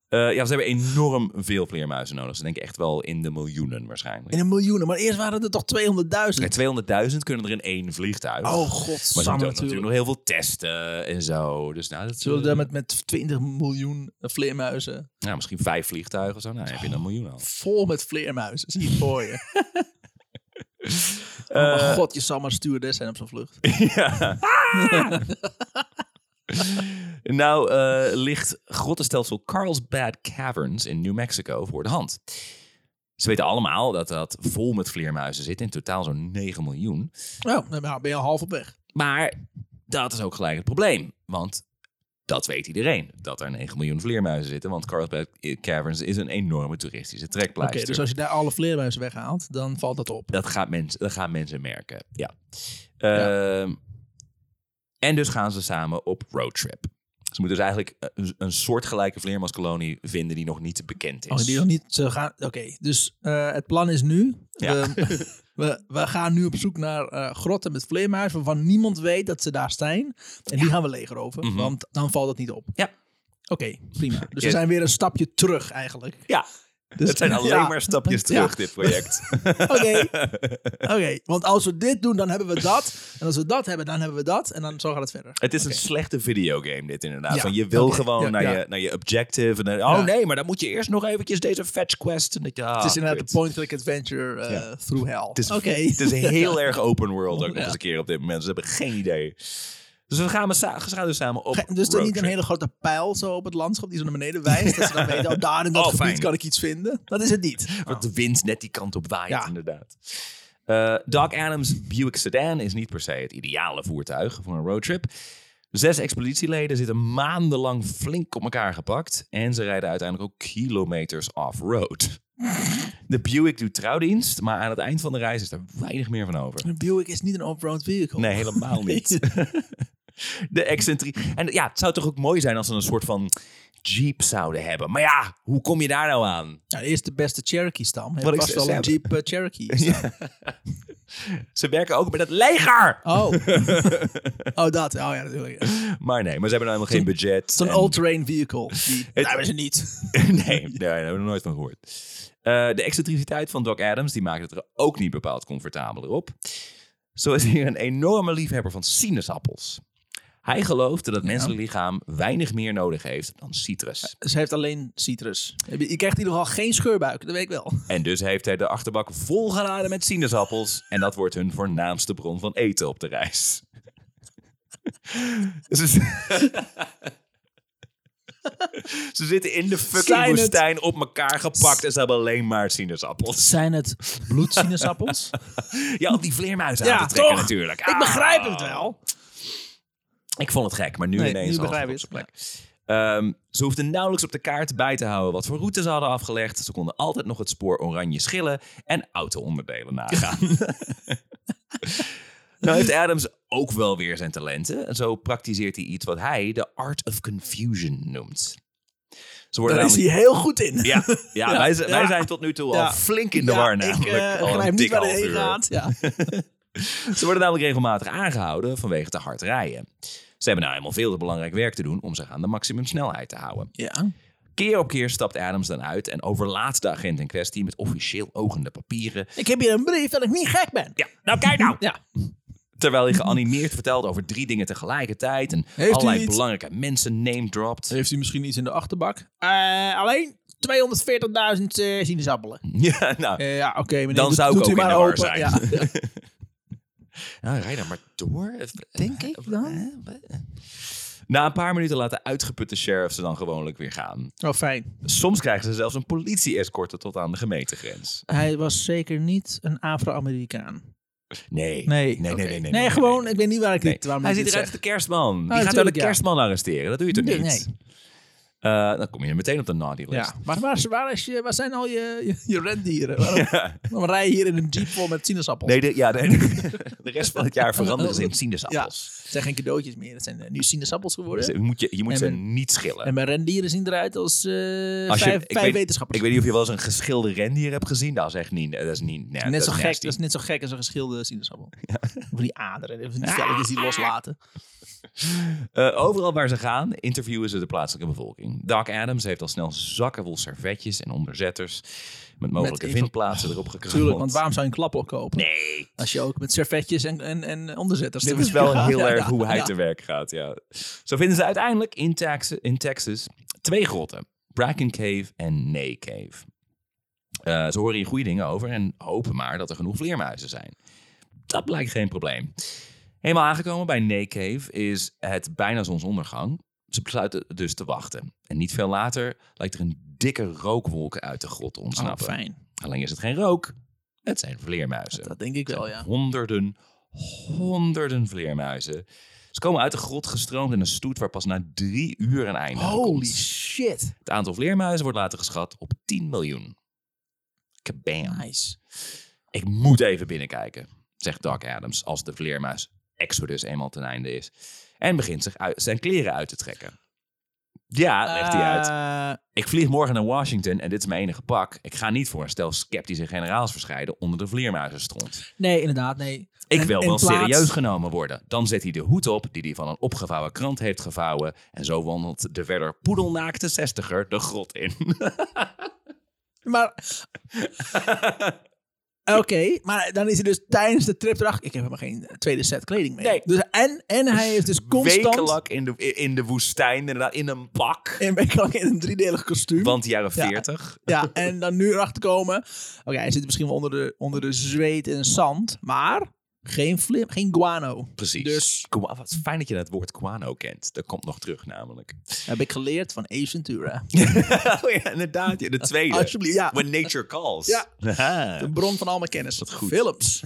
Eh, ja, ze hebben enorm veel vleermuizen nodig. Ze denken echt wel in de miljoenen waarschijnlijk.
In een miljoenen. Maar eerst waren er toch 200.000?
Nee, 200.000 kunnen er in één vliegtuig.
Oh,
maar ze
godsamme
moeten ook
natuurlijk.
natuurlijk nog heel veel testen en zo. Dus nou, dat
Zullen we
eh,
daar met, met 20 miljoen vleermuizen...
nou, misschien vijf vliegtuigen of zo. Nou, dan heb je een miljoen al.
Vol met vleermuizen. Zie je het voor
(laughs)
je.
Eh,
oh mijn god, je zal maar stewardess zijn op zo'n
(laughs)
vlucht.
Ja. nou eh, ligt grottenstelsel Carlsbad Caverns in New Mexico voor de hand. Ze weten allemaal dat dat vol met vleermuizen zit. In totaal zo'n 9 miljoen.
Nou, dan ben je al half op weg.
Maar dat is ook gelijk het probleem. Want dat weet iedereen. Dat er 9 miljoen vleermuizen zitten. Want Carlsbad Caverns is een enorme toeristische
Oké,
trekpleister.
dus als je daar alle vleermuizen weghaalt, dan valt dat op.
Dat, gaat mensen, dat gaan mensen merken. Ja.
Ja.
Ehm, En dus gaan ze samen op roadtrip. Ze moeten dus eigenlijk een, een soortgelijke vleermuiskolonie vinden die nog niet bekend is.
Oh, die nog niet zo gaan. Oké, dus eh, het plan is nu.
Ja.
We,
(laughs)
we, we gaan nu op zoek naar eh, grotten met vleermuizen waarvan niemand weet dat ze daar zijn. En die gaan we legeroven,
Mhm.
want dan valt het niet op.
Ja.
Oké,
(laughs)
prima. Dus
Ja.
we zijn weer een stapje terug
(laughs)
eigenlijk.
Ja,
Dus,
het zijn alleen
ja.
maar stapjes
Ja.
terug, dit project.
Oké, oké. want als we dit doen, dan hebben we dat. En als we dat hebben, dan hebben we dat. En dan zo gaat het verder.
(laughs) Het is een
Oké.
slechte videogame, dit inderdaad.
Ja,
Van je wil
oké.
gewoon
Ja,
naar,
ja.
Je, naar je objective. En dan- oh
Ja.
nee, maar dan moet je eerst nog eventjes deze fetch quest. En dat, ja,
het is inderdaad
kut.
een point-click adventure eh,
Ah, Ja.
through hell.
Het is,
Oké.
het
(laughs)
is heel erg open world ook nog
Ja.
eens een keer op dit moment. Ze hebben geen idee. Dus we gaan, we sa- ze gaan dus samen op
Ge- Dus er niet een
roadtrip.
hele grote pijl zo op het landschap die zo naar beneden wijst. Dat ze
(laughs)
dan weten, oh, daar in dat
Oh,
gebied
fijn.
kan ik iets vinden. Dat is het niet.
Want de wind net die kant op waait,
Ja.
inderdaad. Eh, Doc Adams' Buick Sedan is niet per se het ideale voertuig voor een roadtrip. Zes expeditieleden zitten maandenlang flink op elkaar gepakt. En ze rijden uiteindelijk ook
(laughs)
kilometers off-road. De Buick doet trouwdienst, maar aan het eind van de reis is er weinig meer van over.
Een Buick is niet een off-road vehicle.
Nee, helemaal
(laughs)
niet. De excentrie. En ja, het zou toch ook mooi zijn als ze een soort van jeep zouden hebben. Maar ja, hoe kom je daar nou aan?
Nou, eerst de beste Cherokee-stam.
Wat
Wat
ik
was
ze-
wel
ze
een Jeep eh,
(laughs)
Cherokee.
Ze werken ook bij dat leger!
Oh.
(laughs)
oh, dat. Oh ja, natuurlijk. Het
Maar nee, maar ze hebben nou helemaal geen budget. Het
(laughs) is een all-terrain vehicle. Die, Nou,
Het-
daar hebben ze niet.
nee, (laughs) nee, daar hebben we nog nooit van gehoord. Eh, de excentriciteit van Doc Adams die maakt het er ook niet bepaald comfortabeler op. Zo is hij een enorme liefhebber van sinaasappels. Hij geloofde dat het menselijk lichaam weinig meer nodig heeft dan citrus.
Ze heeft alleen citrus. Je je krijgt in ieder geval geen scheurbuik. Dat weet ik wel.
En dus heeft hij de achterbak volgeladen met sinaasappels. En dat wordt hun voornaamste bron van eten op de reis. (laughs) Ze, (laughs) ze zitten in de fucking
Zijn het-
woestijn op elkaar gepakt en ze hebben alleen maar sinaasappels.
Zijn het bloedsinaasappels?
Ja, om die vleermuizen
Ja,
aan te trekken
toch?
natuurlijk.
(laughs) ik begrijp
Ah.
het wel.
Ik vond het gek, maar nu
Nee,
ineens
nu
alles
begrijp
op
ik
zijn
het.
plek. Ehm, ze hoefden nauwelijks op de kaart bij te houden wat voor routes ze hadden afgelegd. Ze konden altijd nog het spoor oranje schillen en auto-onderdelen
(laughs)
nagaan. nou heeft Adams ook wel weer zijn talenten. En zo praktiseert hij iets wat hij de art of confusion noemt. Ze worden
Daar is hij
namelijk...
heel goed in.
Ja, ja, Wij, zijn- wij
Ja.
zijn tot nu toe al
Ja.
flink in de
Ja,
war
ik
namelijk.
eh,
al een
begrijp niet
dik
waar
half
hij heen
uur.
gaat. Ja.
(laughs) Ze worden namelijk regelmatig aangehouden vanwege te hard rijden. Ze hebben nou helemaal veel te belangrijk werk te doen om zich aan de maximumsnelheid te houden.
ja.
Keer op keer stapt Adams dan uit en overlaat de agent in kwestie met officieel ogende papieren.
Ik heb hier een brief dat ik niet gek ben.
Ja, nou kijk nou!
Ja.
(laughs) Terwijl hij geanimeerd vertelt over drie dingen tegelijkertijd. En
hij
allerlei
niet-
belangrijke mensen name dropt.
Heeft hij misschien iets in de achterbak? Eh, alleen 240.000 eh sinaasappelen.
(laughs) Ja, nou,
Eh, ja, oké. meneer,
dan
doet-
zou ik
doet
ook
u
in de
maar
war
open.
zijn. (laughs)
Ja.
nou, rij dan maar door.
(laughs)
Denk ik dan. Na een paar minuten laten uitgeputte sheriff ze dan gewoonlijk weer gaan.
Oh, fijn.
Soms krijgen ze zelfs een politie-escorte tot aan de gemeentegrens.
Hij was zeker niet een Afro-Amerikaan.
Nee.
Nee.
Nee,
oké.
nee, nee, nee,
nee,
nee,
gewoon,
nee.
ik weet niet waar ik
Nee.
dit... waarom
Hij
ik
ziet
dit
eruit als
zeg.
de kerstman. Die
Ah,
gaat wel de
tuurlijk, ja.
kerstman arresteren. Dat doe je toch
Nee,
niet?
nee.
Eh, dan kom je meteen op de naughty list.
Ja. Maar waar, is- waar, is je, waar zijn al je, je, je
(laughs)
rendieren? Waarom, waarom rij je hier in een jeep vol met sinaasappels?
Nee, de,
(laughs)
ja, de, de rest van het jaar veranderen ze in
Ja, het
sinaasappels.
zijn geen cadeautjes meer. Het zijn eh, nu sinaasappels geworden.
Dus je moet, je, je moet
En
ze
met-
niet schillen.
En mijn rendieren zien eruit als eh,
Als je-
vijf,
ik
vijf
weet-
wetenschappers.
Ik weet niet of je wel eens een geschilde rendier hebt gezien. Dat is echt niet... Dat is niet nee, dat
net,
is
zo gek,
nasty.
dat is net zo gek als een geschilde
(laughs)
sinaasappel. Of die aderen, of die velletjes
Ah.
die loslaten.
Eh, overal waar ze gaan, interviewen ze de plaatselijke bevolking. Doc Adams heeft al snel zakken vol servetjes en onderzetters. Met mogelijke
even-
vindplaatsen erop gekrabbeld.
Tuurlijk, want waarom zou je een klapper kopen?
Nee,
Als je ook met servetjes en, en, en onderzetters...
Dit
te (laughs)
Dus is wel
werk gaat.
heel
Ja,
erg
ja,
hoe hij
ja.
te werk gaat, ja. Zo vinden ze uiteindelijk in, Texas, in Texas twee grotten. Bracken Cave en Nay Cave. Eh, ze horen hier goede dingen over en hopen maar dat er genoeg vleermuizen zijn. Dat blijkt geen probleem. Helemaal aangekomen bij Nay Cave is het bijna zonsondergang. Ze besluiten dus te wachten. En niet veel later lijkt er een dikke rookwolk uit de grot te
Oh,
ontsnappen.
fijn.
Alleen is het geen rook, het zijn vleermuizen
Dat denk ik wel, ja.
honderden, honderden vleermuizen. Ze komen uit de grot gestroomd in een stoet waar pas na drie uur een einde aan
Holy
komt.
shit.
Het aantal vleermuizen wordt later geschat op 10 miljoen. Kabam.
Nice.
Ik moet even binnenkijken, zegt Doc Adams als de vleermuis Exodus eenmaal ten einde is. En begint zich uit- zijn kleren uit te trekken. Ja, legt hij uit.
Eh,
Ik vlieg morgen naar Washington en dit is mijn enige pak. Ik ga niet voor een stel sceptische generaals verschijnen onder de vleermuizenstront.
nee, inderdaad, nee.
Ik
En-
wil
in
wel
plaats-
serieus genomen worden. Dan zet hij de hoed op die hij van een opgevouwen krant heeft gevouwen. En zo wandelt de verder poedelnaakte zestiger de grot in.
Maar...
(laughs)
Oké, maar dan is hij dus tijdens de trip erachter... Ik heb helemaal geen tweede set kleding mee.
Nee.
Dus en, en hij heeft dus (laughs) constant...
Wekenlak in de, in de woestijn, inderdaad, in een bak.
En ben ik ook in een driedelig kostuum.
Want de jaren
Ja.
40.
Ja, en dan nu erachter komen. Oké, hij zit misschien wel onder de, onder de zweet en zand. Maar geen, flim, geen guano.
Precies.
Dus-
Kom, af, wat fijn dat je dat woord guano kent. Dat komt nog terug
(laughs)
namelijk.
Heb ik geleerd van Ace Ventura.
oh ja, inderdaad. ja, De tweede.
Alsjeblieft, ja.
When nature calls.
Ja.
Aha.
De bron van al mijn kennis. Wat
goed.
Films.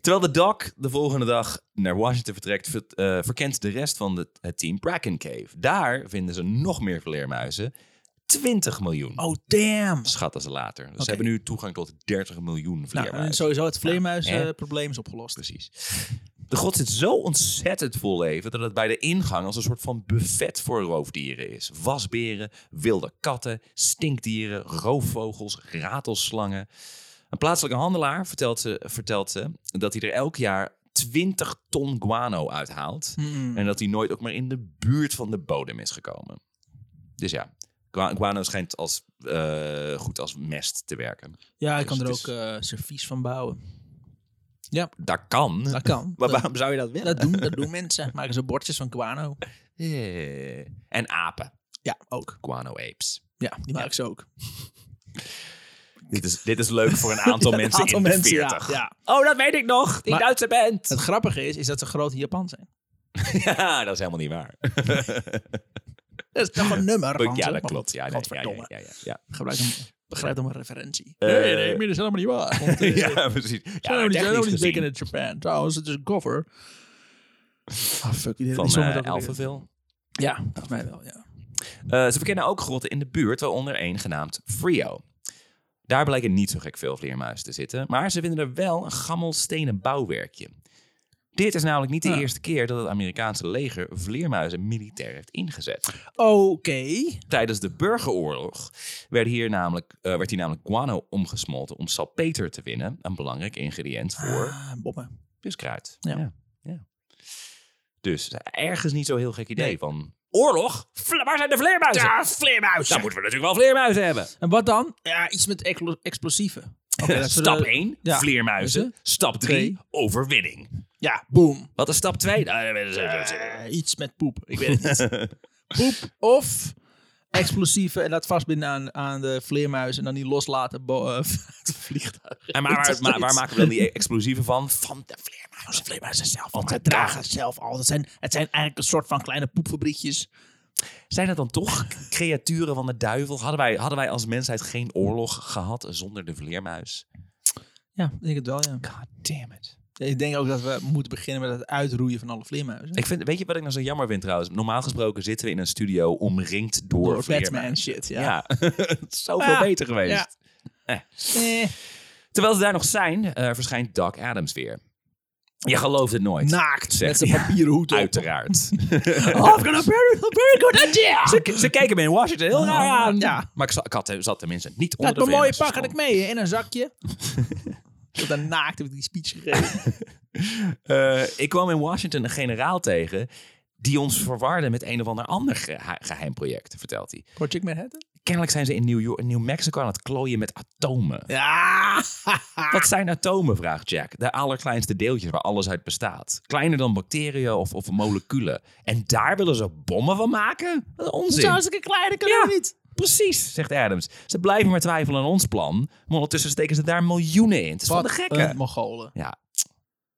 Terwijl de Doc de volgende dag naar Washington vertrekt, ver- eh, verkent de rest van de- het team Bracken Cave. Daar vinden ze nog meer vleermuizen. 20 miljoen,
Oh, damn.
schatten ze later. Dus ze
Oké.
hebben nu toegang tot 30 miljoen
Nou,
vleermuizen.
en sowieso het
Ja.
vleermuisprobleem is opgelost.
Precies. De grot zit zo ontzettend vol leven dat het bij de ingang als een soort van buffet voor roofdieren is. Wasberen, wilde katten, stinkdieren, roofvogels, ratelslangen. Een plaatselijke handelaar vertelt ze, vertelt ze dat hij er elk jaar 20 ton guano uithaalt.
Hmm.
En dat hij nooit ook maar in de buurt van de bodem is gekomen. Dus ja, gua- guano schijnt als, eh, goed als mest te werken.
Ja, ik
Dus
kan er
het
ook
is-
eh, servies van bouwen.
Dat kan.
Dat kan.
Maar
Dat,
waarom zou je dat willen?
dat doen, dat doen mensen. Maken ze bordjes van guano.
Eh, En apen.
Ja, ook.
Guano apes.
Ja, die maken ze ook.
Dit is, dit is leuk voor (laughs) een aantal
Ja, een
mensen
aantal
in
mensen,
de
ja,
40.
ja.
Oh, dat weet ik nog. Die
Maar-
Duitse band.
Het grappige is, is dat ze groot in Japan zijn.
(laughs) ja, dat is helemaal niet (laughs) waar.
Dat is toch een nummer. van
ja,
ze,
dat
maar
klopt. Ja, nee, ja, ja,
Godverdomme.
ja, ja, ja.
Gebruik hem, gebruik hem een referentie.
Eh, Nee, nee, maar
dat is dus helemaal niet waar.
(laughs) (laughs)
eh,
ja, precies. Ja,
zijn
technisch
helemaal niet
gezien
big in Japan. Trouwens, het is een cover. Ah, fuck. Die,
van
die zong het
eh,
ook alweer.
Alphaville.
Ja, volgens mij wel, ja.
Eh, ze verkennen ook grotten in de buurt, waaronder één genaamd Frio. Daar blijken niet zo gek veel vleermuizen te zitten, maar ze vinden er wel een gammel stenen bouwwerkje. Dit is namelijk niet de
Ja.
eerste keer dat het Amerikaanse leger vleermuizen militair heeft ingezet.
Oké.
Tijdens de burgeroorlog werd hier namelijk, eh, werd hier namelijk guano omgesmolten om salpeter te winnen. Een belangrijk ingrediënt voor
Ah, bommen.
buskruid.
Ja.
ja. Dus ergens niet zo heel gek idee van... Oorlog? Vle- waar zijn de vleermuizen?
Ja, vleermuis.
Dan moeten we natuurlijk wel vleermuizen hebben.
En wat dan? Ja, iets met eclo- explosieven.
(laughs)
Oké, dat zullen
stap
we-
1,
ja.
vleermuizen. Stap 3,
Twee.
overwinning.
Ja, boom.
Wat is stap Nou, 2?
Eh, iets met poep. Ik weet het niet. poep of explosieven en dat vastbinden aan, aan de vleermuis en dan die loslaten bo- eh, (laughs) uit het vliegtuig. (laughs)
En maar waar,
Zoiets.
maar waar maken we dan die e-, explosieven van? Van de
De
vleermuizen.
vleermuizen zelf.
Oh
Want
my
ze dragen het zelf al. Het zijn, het zijn eigenlijk een soort van kleine poepfabriekjes.
Zijn dat dan toch creaturen van de duivel? Hadden wij, hadden wij als mensheid geen oorlog gehad zonder de vleermuis?
Ja, ik denk het wel, ja.
God damn it.
Ik denk ook dat we moeten beginnen met het uitroeien van alle vleermuizen.
Ik vind, weet je wat ik nou zo jammer vind trouwens? Normaal gesproken zitten we in een studio omringd door,
Door Batman en
vleermuizen.
shit, ja.
Ja, (laughs) het is zoveel
Ah,
beter geweest.
ja. Eh,
Terwijl ze daar nog zijn, eh, verschijnt Doc Adams weer. Je gelooft het nooit.
naakt,
Zegt
met zijn
hij.
papieren hoed op. (laughs)
Uiteraard.
Oh, I've got a very, very good idea!
ze, ze kijken me in Washington heel raar aan.
Nou, Ja.
Maar ik, za- ik had, eh, zat tenminste niet onder
Dat
de
mijn mooie pak
vleermuizen
had ik mee, hè, in (laughs) een zakje. Tot dan naakt heb ik die speech (laughs) gegeven.
Eh, ik kwam in Washington een generaal tegen die ons verwarde met een of ander ander geha- geheim project, vertelt hij.
Project Manhattan?
Kennelijk zijn ze in New, York, in New Mexico aan het klooien met atomen.
Ja! Ah.
Wat zijn atomen, vraagt Jack. De allerkleinste deeltjes waar alles uit bestaat. Kleiner dan bacteriën of, of moleculen. En daar willen ze bommen van maken? Wat een onzin.
(laughs) Zo is ik een kleine, kan
Ja.
ook niet.
Precies, zegt Adams. Ze blijven maar twijfelen aan ons plan. Maar ondertussen steken ze daar miljoenen in. Het is van de
een
gekken.
Mongolen.
Ja,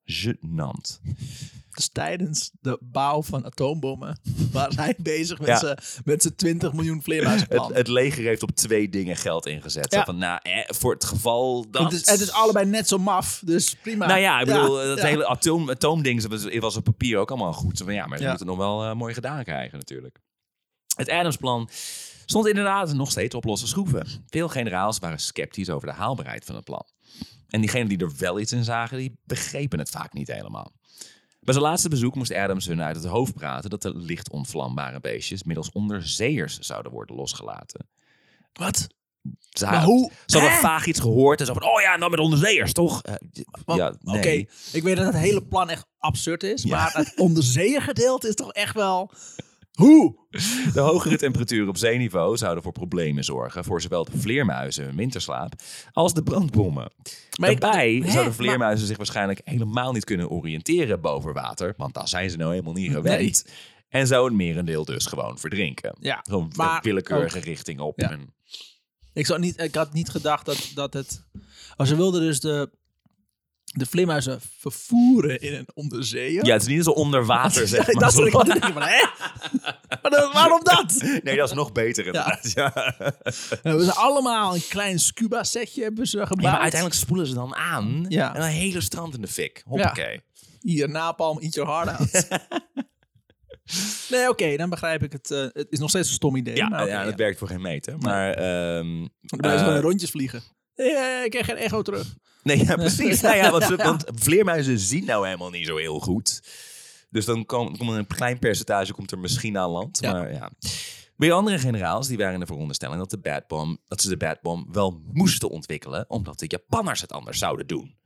genant.
Dus tijdens de bouw van atoombommen (laughs) was hij bezig met
Ja.
zijn met zijn 20 miljoen
Het,
vleermuizenplan.
het leger heeft op twee dingen geld ingezet. Zo
Ja.
Van, nou, eh, voor het geval dat...
het, is, het is allebei net zo maf, dus prima.
Nou ja, ik bedoel, dat
ja.
hele atoom, atoomding ze was- was op papier ook allemaal goed. Zo van, ja, maar ze
Ja.
moeten het nog wel eh, mooi gedaan krijgen natuurlijk. Het Adams-plan stond inderdaad nog steeds op losse schroeven. Veel generaals waren sceptisch over de haalbaarheid van het plan. En diegenen die er wel iets in zagen, die begrepen het vaak niet helemaal. Bij zijn laatste bezoek moest Adams hun uit het hoofd praten dat de licht ontvlambare beestjes middels onderzeeërs zouden worden losgelaten.
Wat?
Ze
Maar
hadden,
hoe?
ze hadden
Hè?
vaag iets gehoord en zo van, oh ja, nou met onderzeeërs, toch? Eh,
Want-
ja, nee.
Oké, ik weet dat het hele plan echt absurd is, maar het onderzeeëngedeelte is toch echt (laughs) wel... Hoe?
De hogere temperaturen op zeeniveau zouden voor problemen zorgen voor zowel de vleermuizen hun winterslaap als de brandbommen.
Maar ik-
Daarbij
hè?
zouden vleermuizen zich waarschijnlijk helemaal niet kunnen oriënteren boven water, want daar zijn ze nou helemaal niet gewend. En zou een merendeel dus gewoon verdrinken.
Ja,
Gewoon
maar
een willekeurige richting op.
Ja.
en-
Ik, zou niet, ik had niet gedacht dat, dat het... Als ze wilden dus de, de vleermuizen vervoeren in een onderzeeër.
ja, het is niet zo onder (laughs) water, zeg
(laughs)
maar.
dat is wat ik altijd denk van, hè? (laughs) Maar dan- waarom
(laughs)
dat?
Nee, dat is nog beter inderdaad. Ja.
We hebben ze allemaal een klein scuba setje hebben ze gebouwd.
Ja, maar uiteindelijk spoelen ze dan aan
Ja.
en dan hele strand in de fik. Hoppakee.
Hier, napalm, eat your heart out. (laughs) nee, oké, dan begrijp ik het. eh, het is nog steeds een stom idee.
Ja,
maar oké,
ja,
nou ja.
dat werkt voor geen meter. Maar ehm,
Dan blijven ze
eh,
gewoon in rondjes vliegen. Eh, ik krijg geen echo terug.
Nee,
(laughs)
ja, precies. Nou ja, want, ze- want vleermuizen zien nou helemaal niet zo heel goed. Dus dan komt kom een klein percentage komt er misschien aan land.
Ja.
Maar ja. Weer andere generaals die waren in de veronderstelling dat, de bad bomb, dat ze de bad bomb wel moesten ontwikkelen, omdat de Japanners het anders zouden doen.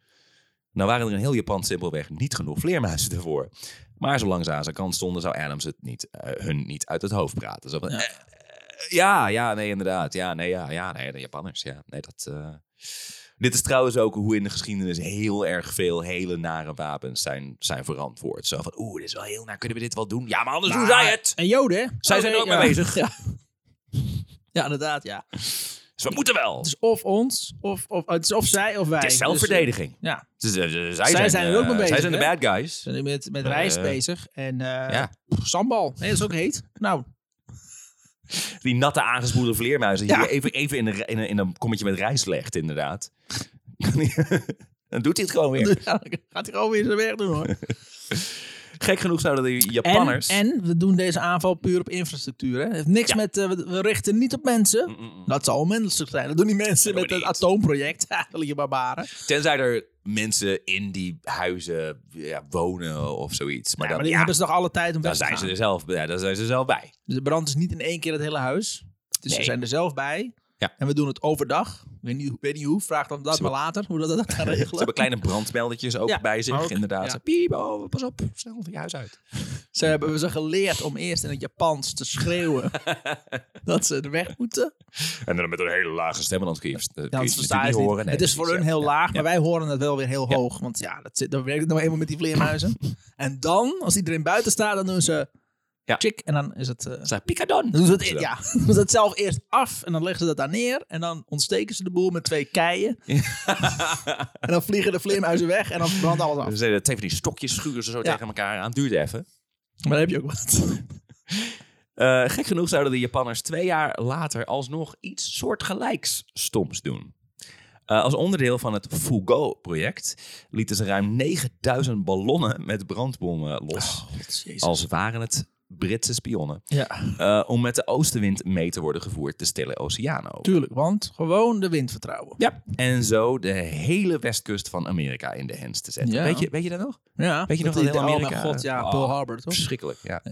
Nou waren er in heel Japan simpelweg niet genoeg vleermuizen ervoor. Maar zolang ze aan zijn kant stonden, zou Adams het niet, eh, hun niet uit het hoofd praten. Zo van, eh, eh, ja. ja, nee, inderdaad. Ja, nee, ja, ja, nee, de Japanners. Ja, nee, dat... eh, dit is trouwens ook hoe in de geschiedenis heel erg veel hele nare wapens zijn, zijn verantwoord. Zo van, oeh, dit is wel heel naar. Kunnen we dit wel doen? Ja, maar anders doen zij het.
En Joden, hè?
Zij
Oké,
zijn er ook
ja.
mee bezig.
Ja. ja, inderdaad, ja. Het
Dus we moeten wel.
is of ons, of, of, oh, het is of zij of wij.
Het is
Dus,
zelfverdediging.
eh, ja,
Dus, eh, zij,
zijn er
eh,
ook mee
Zij
bezig,
zijn de
hè?
bad guys.
ze zijn nu met, met
Eh,
rijst bezig. En eh
Ja.
sambal, nee, dat is ook heet. Nou,
Die natte aangespoelde vleermuizen. Die
Ja.
je even, even in, een, in, een, in een kommetje met rijst legt, inderdaad. (laughs) Dan doet hij het gewoon weer.
dus, ja, (laughs) dan gaat hij gewoon weer zijn werk doen,
(laughs)
hoor.
Gek genoeg zouden de
En,
Japanners...
en we doen deze aanval puur op infrastructuur. Hè? Het heeft niks
Ja. Mm,
met, eh, we, we richten niet op mensen. Dat zal onmenselijk zijn. Dat doen die mensen
Dat
met
doen
het
we
atoomproject. (laughs) Ha, dat je barbaren.
Tenzij er mensen in die huizen ja, wonen of zoiets. Maar,
Ja, maar
dan,
die
ja,
hebben ze nog alle tijd om weg
dan,
te
zijn ze dus-
gaan.
er zelf, ja, dan zijn ze er zelf bij.
Dus de brand is niet in één keer het hele huis. Dus ze
Nee.
zijn er zelf bij.
Ja.
En we doen het overdag. Ik weet niet, weet niet hoe. Vraag dan dat maar later. Hoe we dat, dat gaan
(laughs) Ze
regelen.
hebben kleine brandmeldertjes ook
Ja,
bij zich,
ook,
inderdaad.
ja.
Zo, Piep, oh, pas op, snel je huis uit.
Ze hebben we ze geleerd om eerst in het Japans te schreeuwen. dat ze er weg moeten.
En dan met een hele lage stem, want anders kun je, eh, kun je
Dan
het
verstaan
natuurlijk
ze het
niet horen. Nee,
het is voor
precies,
hun
ja.
heel
Ja.
laag, maar wij horen het wel weer heel hoog. Want ja, dat, zit, dat werkt nou eenmaal met die vleermuizen. en dan, als iedereen buiten staat, dan doen ze...
Ja.
Chick, en dan is het... eh,
Ze zijn picadon.
Dan doen ze het,
Zo.
ja, (laughs) dan doen ze het zelf eerst af en dan leggen ze dat daar neer. En dan ontsteken ze de boel met twee keien. en dan vliegen de vleermuizen weg en dan brandt alles af.
Ze zeiden twee van die stokjes schuren ze zo
Ja.
tegen elkaar aan. Duurt even.
Maar dan heb je ook wat.
Eh, gek genoeg zouden de Japanners twee jaar later alsnog iets soortgelijks stoms doen. Eh, als onderdeel van het Fugo-project lieten ze ruim 9000 ballonnen met brandbommen
Oh,
los. als waren het Britse spionnen.
Ja,
eh, om met de oostenwind mee te worden gevoerd de Stille Oceaan over.
tuurlijk. Want gewoon de wind vertrouwen.
Ja, en zo de hele westkust van Amerika in de hens te zetten.
Ja.
Weet, je, weet je dat nog?
Ja.
Weet je nog
die-
dat heel
Oh
Amerika-
mijn god, ja.
Oh.
Pearl Harbor, toch?
Verschrikkelijk, ja.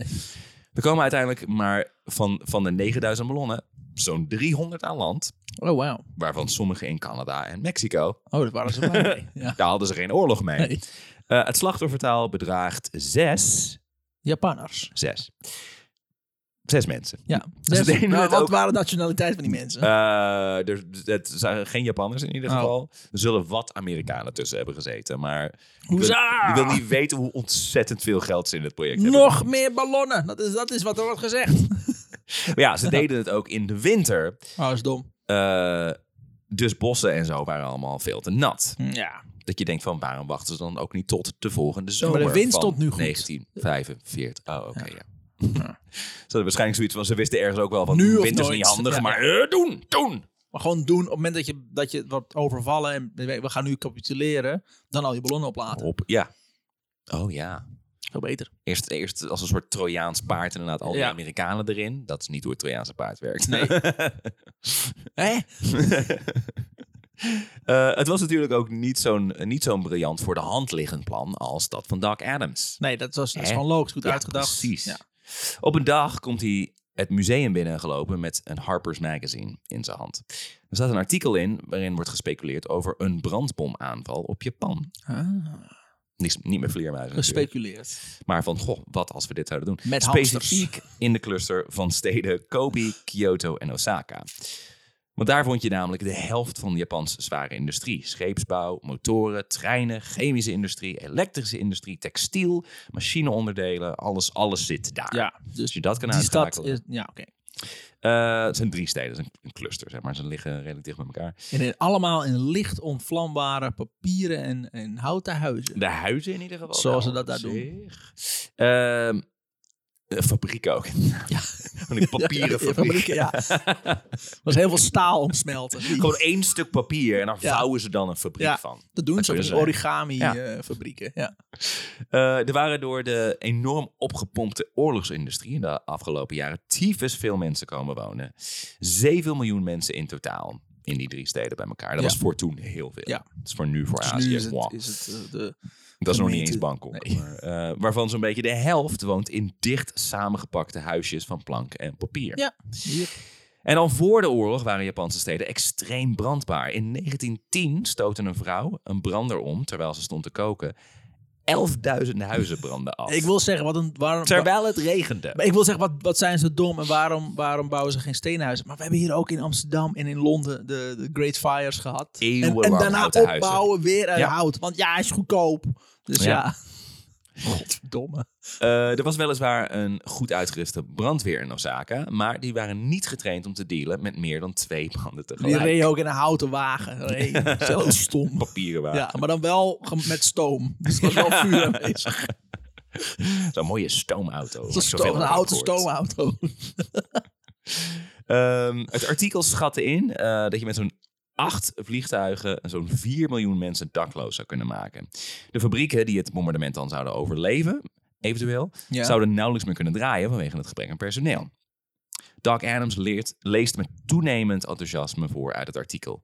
We komen uiteindelijk maar van, van de 9000 ballonnen zo'n 300 aan land.
Oh, wauw.
Waarvan sommige in Canada en Mexico.
Oh, dat
(laughs)
waren ze blij mee. Ja.
Daar hadden ze geen oorlog mee.
Nee.
Eh, het slachtoffertaal bedraagt zes.
Japanners.
Zes. Zes mensen.
Ja.
Dus de ene
maar Nou,
werd
wat
ook-
waren de nationaliteit van die mensen?
Eh, er, het zijn geen Japanners in ieder
Oh.
geval. Er zullen wat Amerikanen tussen hebben gezeten. Maar
Hoezaa!
je wil niet weten hoe ontzettend veel geld ze in het project hebben.
nog meer ballonnen. Dat is, dat is wat er wordt gezegd.
(laughs) Maar ja, ze deden het ook in de winter.
Oh, dat is dom.
Eh, dus bossen en zo waren allemaal veel te nat.
Ja.
Dat je denkt van waarom wachten ze dan ook niet tot de volgende
maar
zomer
de wind
van
stond nu goed.
1945. Oh, oké, ja. (laughs)
Ja.
Ze hadden waarschijnlijk zoiets van, ze wisten ergens ook wel van,
Nu of
wind is
nooit.
niet handig,
Ja.
maar eh, doen, doen.
Maar gewoon doen op het moment dat je, dat je wordt overvallen en we we gaan nu capituleren, dan al je ballonnen oplaten.
Op, ja. Oh ja.
Veel beter.
Eerst, eerst als een soort Trojaans paard inderdaad al die
Ja.
Amerikanen erin. Dat is niet hoe het Trojaanse paard werkt.
Nee. Hè?
(laughs) Eh, het was natuurlijk ook niet zo'n, niet zo'n briljant voor de hand liggend plan als dat van Doc Adams.
Nee, dat, was, dat is
Hè?
gewoon logisch, goed
Ja,
uitgedacht.
Precies.
Ja.
Op een dag komt hij het museum binnengelopen met een Harper's Magazine in zijn hand. Er staat een artikel in waarin wordt gespeculeerd over een brandbomaanval op Japan.
Ah,
Niks, niet met vleermuizen natuurlijk,
gespeculeerd.
maar van goh, wat als we dit zouden doen?
Met
Specifiek in de cluster van steden Kobe, Kyoto en Osaka. Want daar vond je namelijk de helft van Japans zware industrie. Scheepsbouw, motoren, treinen, chemische industrie, elektrische industrie, textiel, machineonderdelen. Alles, alles zit daar.
Ja,
Dus
dus
je dat kan
die stad
uitschakelen.
is... Ja, oké.
Eh, het zijn drie steden, het is een, een cluster, zeg maar. Ze liggen redelijk dicht bij elkaar.
En in- allemaal in licht onvlambare papieren en, en houten huizen.
De huizen in ieder geval.
Zoals
wel
ze dat daar
op
doen.
zich. Ehm, eh, fabrieken ook. (laughs) Ja. Van die papieren
(laughs) Ja, ja,
fabrieken. (laughs)
ja. Er was heel veel staal omsmelten.
Gewoon één stuk papier en daar
Ja.
vouwen ze dan een fabriek
Ja.
van.
Dat doen
Dat
ze, van die
kunnen
origami
Ja.
eh, fabrieken. Ja.
Eh, er waren door de enorm opgepompte oorlogsindustrie in de afgelopen jaren tyfus veel mensen komen wonen. 7 miljoen mensen in totaal in die drie steden bij elkaar. Dat
Ja.
was voor toen heel veel.
Ja.
Dat is voor nu voor
Dus
Azië.
nu is het,
wow.
is het eh, de...
Dat is nog niet
Gemeente.
eens Bangkok.
Nee.
maar, eh, waarvan zo'n beetje de helft woont in dicht samengepakte huisjes van plank en papier.
Ja. Hier.
En al voor de oorlog waren Japanse steden extreem brandbaar. In 1910 stootte een vrouw een brander om terwijl ze stond te koken. 11.000 huizen brandden af.
Ik wil zeggen, wat een... Waarom,
Terwijl het regende.
Maar ik wil zeggen, wat, wat zijn ze dom en waarom, waarom bouwen ze geen steenhuizen? Maar we hebben hier ook in Amsterdam en in Londen de, de Great Fires gehad. En, en
Eeuwenlang
daarna
houten huizen.
opbouwen weer uit
Ja.
hout. Want ja, is goedkoop. Dus
Ja.
ja. Godverdomme.
Eh, er was weliswaar een goed uitgeruste brandweer in Osaka. Maar die waren niet getraind om te dealen met meer dan twee branden
Die
tegelijk.
reed ook in een houten wagen. Reed.
(laughs)
Zo stom.
Papieren waren.
Ja, maar dan wel ge- met stoom. Dus er was wel vuur aanwezig.
Zo'n mooie stoomauto.
Zo'n
Zoveel
stoom, een
heb ik
houten
gehoord.
stoomauto.
Ehm, het artikel schatte in eh, dat je met zo'n acht vliegtuigen zo'n 4 miljoen mensen dakloos zou kunnen maken. De fabrieken die het bombardement dan zouden overleven, eventueel,
Ja.
zouden nauwelijks meer kunnen draaien vanwege het gebrek aan personeel. Doc Adams leert, leest met toenemend enthousiasme voor uit het artikel.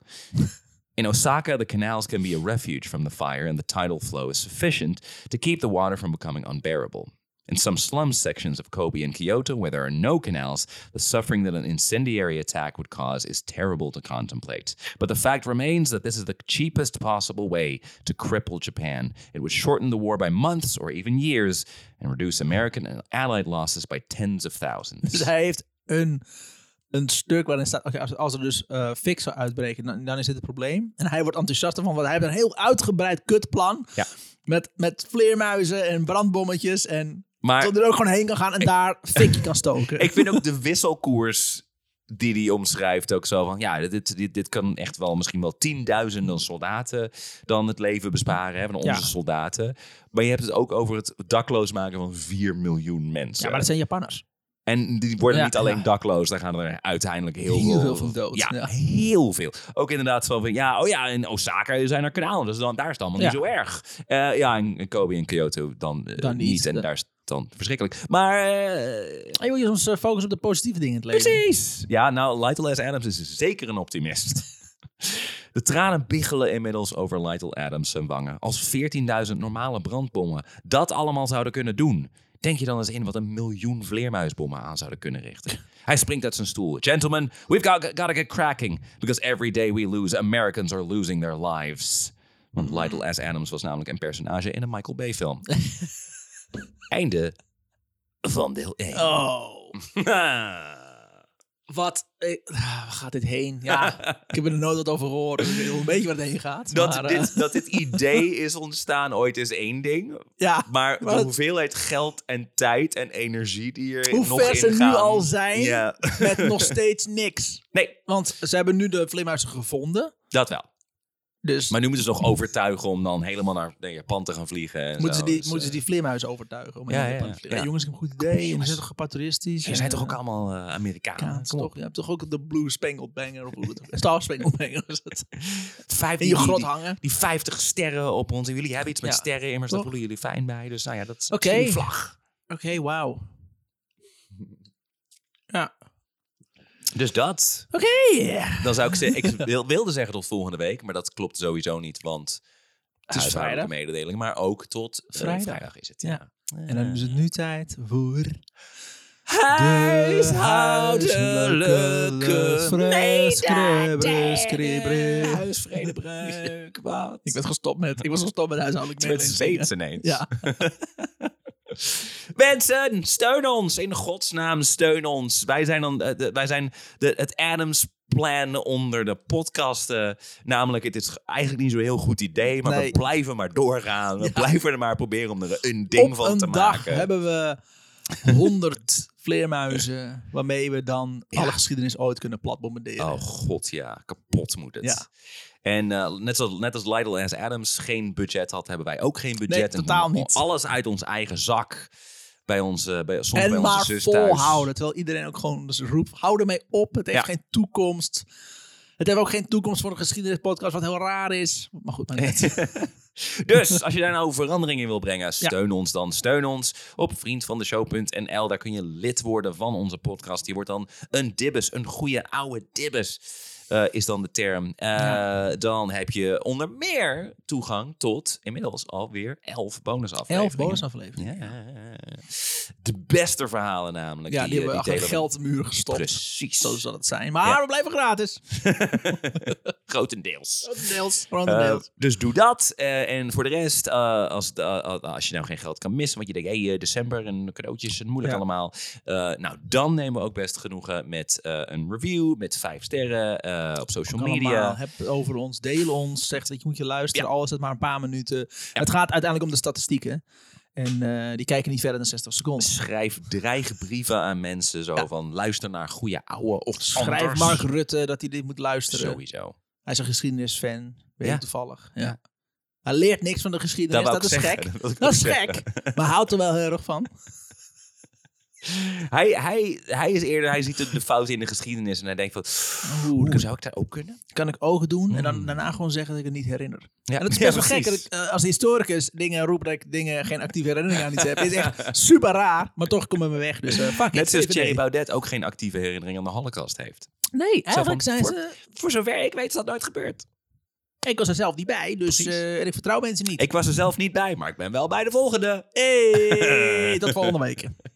In Osaka, the canals can be a refuge from the fire and the tidal flow is sufficient to keep the water from becoming unbearable. In some slum sections of Kobe and Kyoto, where there are no canals, the suffering that an incendiary attack would cause is terrible to contemplate. But the fact remains that this is the cheapest possible way to cripple Japan. It would shorten the war by months or even years and reduce American and Allied losses by tens of thousands.
Dus hij heeft een een stuk waarin staat, oké, als, als er dus eh fik zou uitbreken, dan, dan is dit het probleem. En hij wordt enthousiast van, want hij heeft een heel uitgebreid kutplan.
Ja.
Met, met vleermuizen en brandbommetjes en
Maar
dat er ook gewoon heen kan gaan en daar fikje kan stoken.
(laughs) ik vind ook de wisselkoers die hij omschrijft ook zo van... Ja, dit, dit, dit kan echt wel misschien wel tienduizenden soldaten dan het leven besparen. Hè, van onze
Ja.
soldaten. Maar je hebt het ook over het dakloos maken van 4 miljoen mensen.
ja, maar dat zijn Japanners.
En die worden
Ja.
niet alleen dakloos, daar gaan er uiteindelijk heel,
Heel veel van dood,
Ja,
ja.
heel veel. Ook inderdaad van, van, ja, oh ja, in Osaka zijn er kanalen, dus dan, daar is het allemaal niet
Ja.
zo erg. Eh, ja, en en Kobe en Kyoto dan, eh,
Dan
niet,
niet,
en
ja.
daar is het dan verschrikkelijk. Maar eh,
En je moet je soms eh, focussen op de positieve dingen in het leven.
precies. Ja, nou, Lytle S. Adams is zeker een optimist. (laughs) De tranen biggelen inmiddels over Lytle Adams zijn wangen. Als 14.000 normale brandbommen dat allemaal zouden kunnen doen. Denk je dan eens in wat een miljoen vleermuisbommen aan zouden kunnen richten? Hij springt uit zijn stoel. Gentlemen, we've got, gotta get cracking. Because every day we lose, Americans are losing their lives. Want Lytle S. Adams was namelijk een personage in een Michael
(laughs)
Bay film. Einde van deel 1. (laughs)
Oh, wat eh, ah, waar gaat dit heen?
(laughs)
Ja, ik heb er nooit wat over gehoord. dus Ik weet wel een beetje waar het heen gaat.
dat,
maar, eh,
dit, dat dit idee is ontstaan ooit is één ding.
ja,
Maar de
Maar het-
hoeveelheid geld en tijd en energie die er
hoe
(laughs) nog
ver
in
ze
gaan.
nu al zijn
Ja. (laughs)
met nog steeds niks.
Nee,
Want ze hebben nu de vleermuizen gevonden.
dat wel.
Dus
Maar nu moeten ze nog overtuigen om dan helemaal naar naar Japan te gaan vliegen. En
moeten,
zo.
ze die,
Dus,
moeten ze
eh,
die vleermuizen overtuigen. Om
Ja,
ja,
ja,
ja,
ja.
ja.
Ja.
jongens, ik heb een goed idee. En
jongens.
ze zijn toch gepaturistisch.
Ze zijn toch ook
al
allemaal eh Amerikaans?
Kom op. Je hebt toch ook de Blue Spangled Banger (laughs) of hoe het ook- Star Spangled Banger. is het.
Vijf
In
die-
je
die-
grot
die-
hangen.
Die 50 sterren op ons. En jullie hebben iets met
Ja.
sterren immers. Daar
Toch?
voelen jullie fijn bij. Dus nou ja, dat is
Oké.
een vlag.
Oké, wauw. Ja.
Dus dat.
Oké.
Dan zou ik zeggen,
(laughs)
ik wil- wilde zeggen tot volgende week, maar dat klopt sowieso niet, want het
Ah, is
huishoudelijke
vrijdag.
mededeling, maar ook tot eh,
Vrijdag.
vrijdag is het. Ja.
Ja. En dan is het nu tijd voor...
Huishoudelijke
Scrubber, scrubber.
huisvredebreuk. Wat?
Ik ben gestopt met... Ik was gestopt met huishoudelijk
met
mededelingen.
zweet ineens.
Ja.
(laughs) Mensen, steun ons. In godsnaam, steun ons. Wij zijn, dan, eh, de- wij zijn de, het Adams Plan onder de podcasten. Namelijk, het is eigenlijk niet zo'n heel goed idee, maar we
Nee.
blijven maar doorgaan. We blijven er maar proberen om er een ding
Op
van
een
te
dag
maken.
hebben
(laughs)
we 100 vleermuizen waarmee we dan alle geschiedenis ooit kunnen platbombarderen.
Oh god, ja. Kapot moet het.
Ja.
En eh, net, zoals, net als Lytle S. Adams geen budget had, hebben wij ook geen budget. En
totaal niet.
Alles uit ons eigen zak. Bij onze, bij, soms bij
en
onze
maar
zus thuis.
volhouden. Terwijl iedereen ook gewoon dus roept, hou ermee op. Het heeft
Ja.
geen toekomst. Het heeft ook geen toekomst voor een geschiedenispodcast, wat heel raar is. Maar goed, maar net.
(laughs) (laughs) Dus als je daar nou verandering in wil brengen, steun ons dan. Steun ons op vriendvandeshow.nl. Daar kun je lid worden van onze podcast. Die wordt dan een dibbes, een goede oude dibbes. eh, is dan de term. Eh, Dan heb je onder meer toegang tot inmiddels alweer elf bonusafleveringen.
elf bonusafleveringen.
Ja, ja, ja, ja. De beste verhalen namelijk.
Ja, die
eh,
hebben we achter
delen
een
we
geldmuur gestopt.
Precies.
Zo zal het zijn. Maar
Ja.
we blijven gratis.
Grotendeels.
Grotendeels. Grotendeels.
Eh, dus doe dat. Eh, en voor de rest, eh, als, het, eh, eh, als je nou geen geld kan missen, want je denkt, hé, hey, eh, december en cadeautjes en moeilijk
Ja.
allemaal. Eh, nou, dan nemen we ook best genoegen met eh, een review, met vijf sterren eh, op social
Kan
media.
allemaal. Heb het over ons, deel ons, zeg dat je moet je luisteren, al is het maar een paar minuten. Het gaat uiteindelijk om de statistieken. En eh, die kijken niet verder dan 60 seconden.
Schrijf dreigbrieven aan mensen, zo van luister naar goede ouwe of
Schrijf
anders.
Mark Rutte dat hij dit moet luisteren.
Sowieso.
Hij is een geschiedenisfan, weet
Ja.
ik toevallig. Ja.
Ja.
Hij leert niks van de geschiedenis,
wou
dat, is
ik zeggen. (laughs)
gek.
wil ik
Dat
ook
is
zeggen.
gek, maar houdt er wel heel erg van.
Hij, hij, hij is eerder, hij ziet de- de fout in de geschiedenis en hij denkt van,
Oeh,
hoe zou ik daar ook kunnen?
kan ik ogen doen en dan
Mm.
daarna gewoon zeggen dat ik het niet herinner.
Ja,
En dat is
ja,
best wel gek
precies.
dat ik eh, als historicus dingen roep dat ik dingen geen actieve herinnering aan iets heb. is
(laughs)
echt super raar, maar toch komen we weg. Dus eh fuck it,
Net zoals
even
Thierry
nee.
Baudet ook geen actieve herinnering aan de Holocaust heeft.
Nee,
van,
eigenlijk zijn
voor-
ze...
Voor zover ik weet is dat nooit gebeurd.
Ik was er zelf niet bij, dus
Precies.
eh, en ik vertrouw mensen niet. (laughs)
Ik was er zelf niet bij, maar ik ben wel bij de volgende. (laughs)
Hey, tot Eh, volgende week.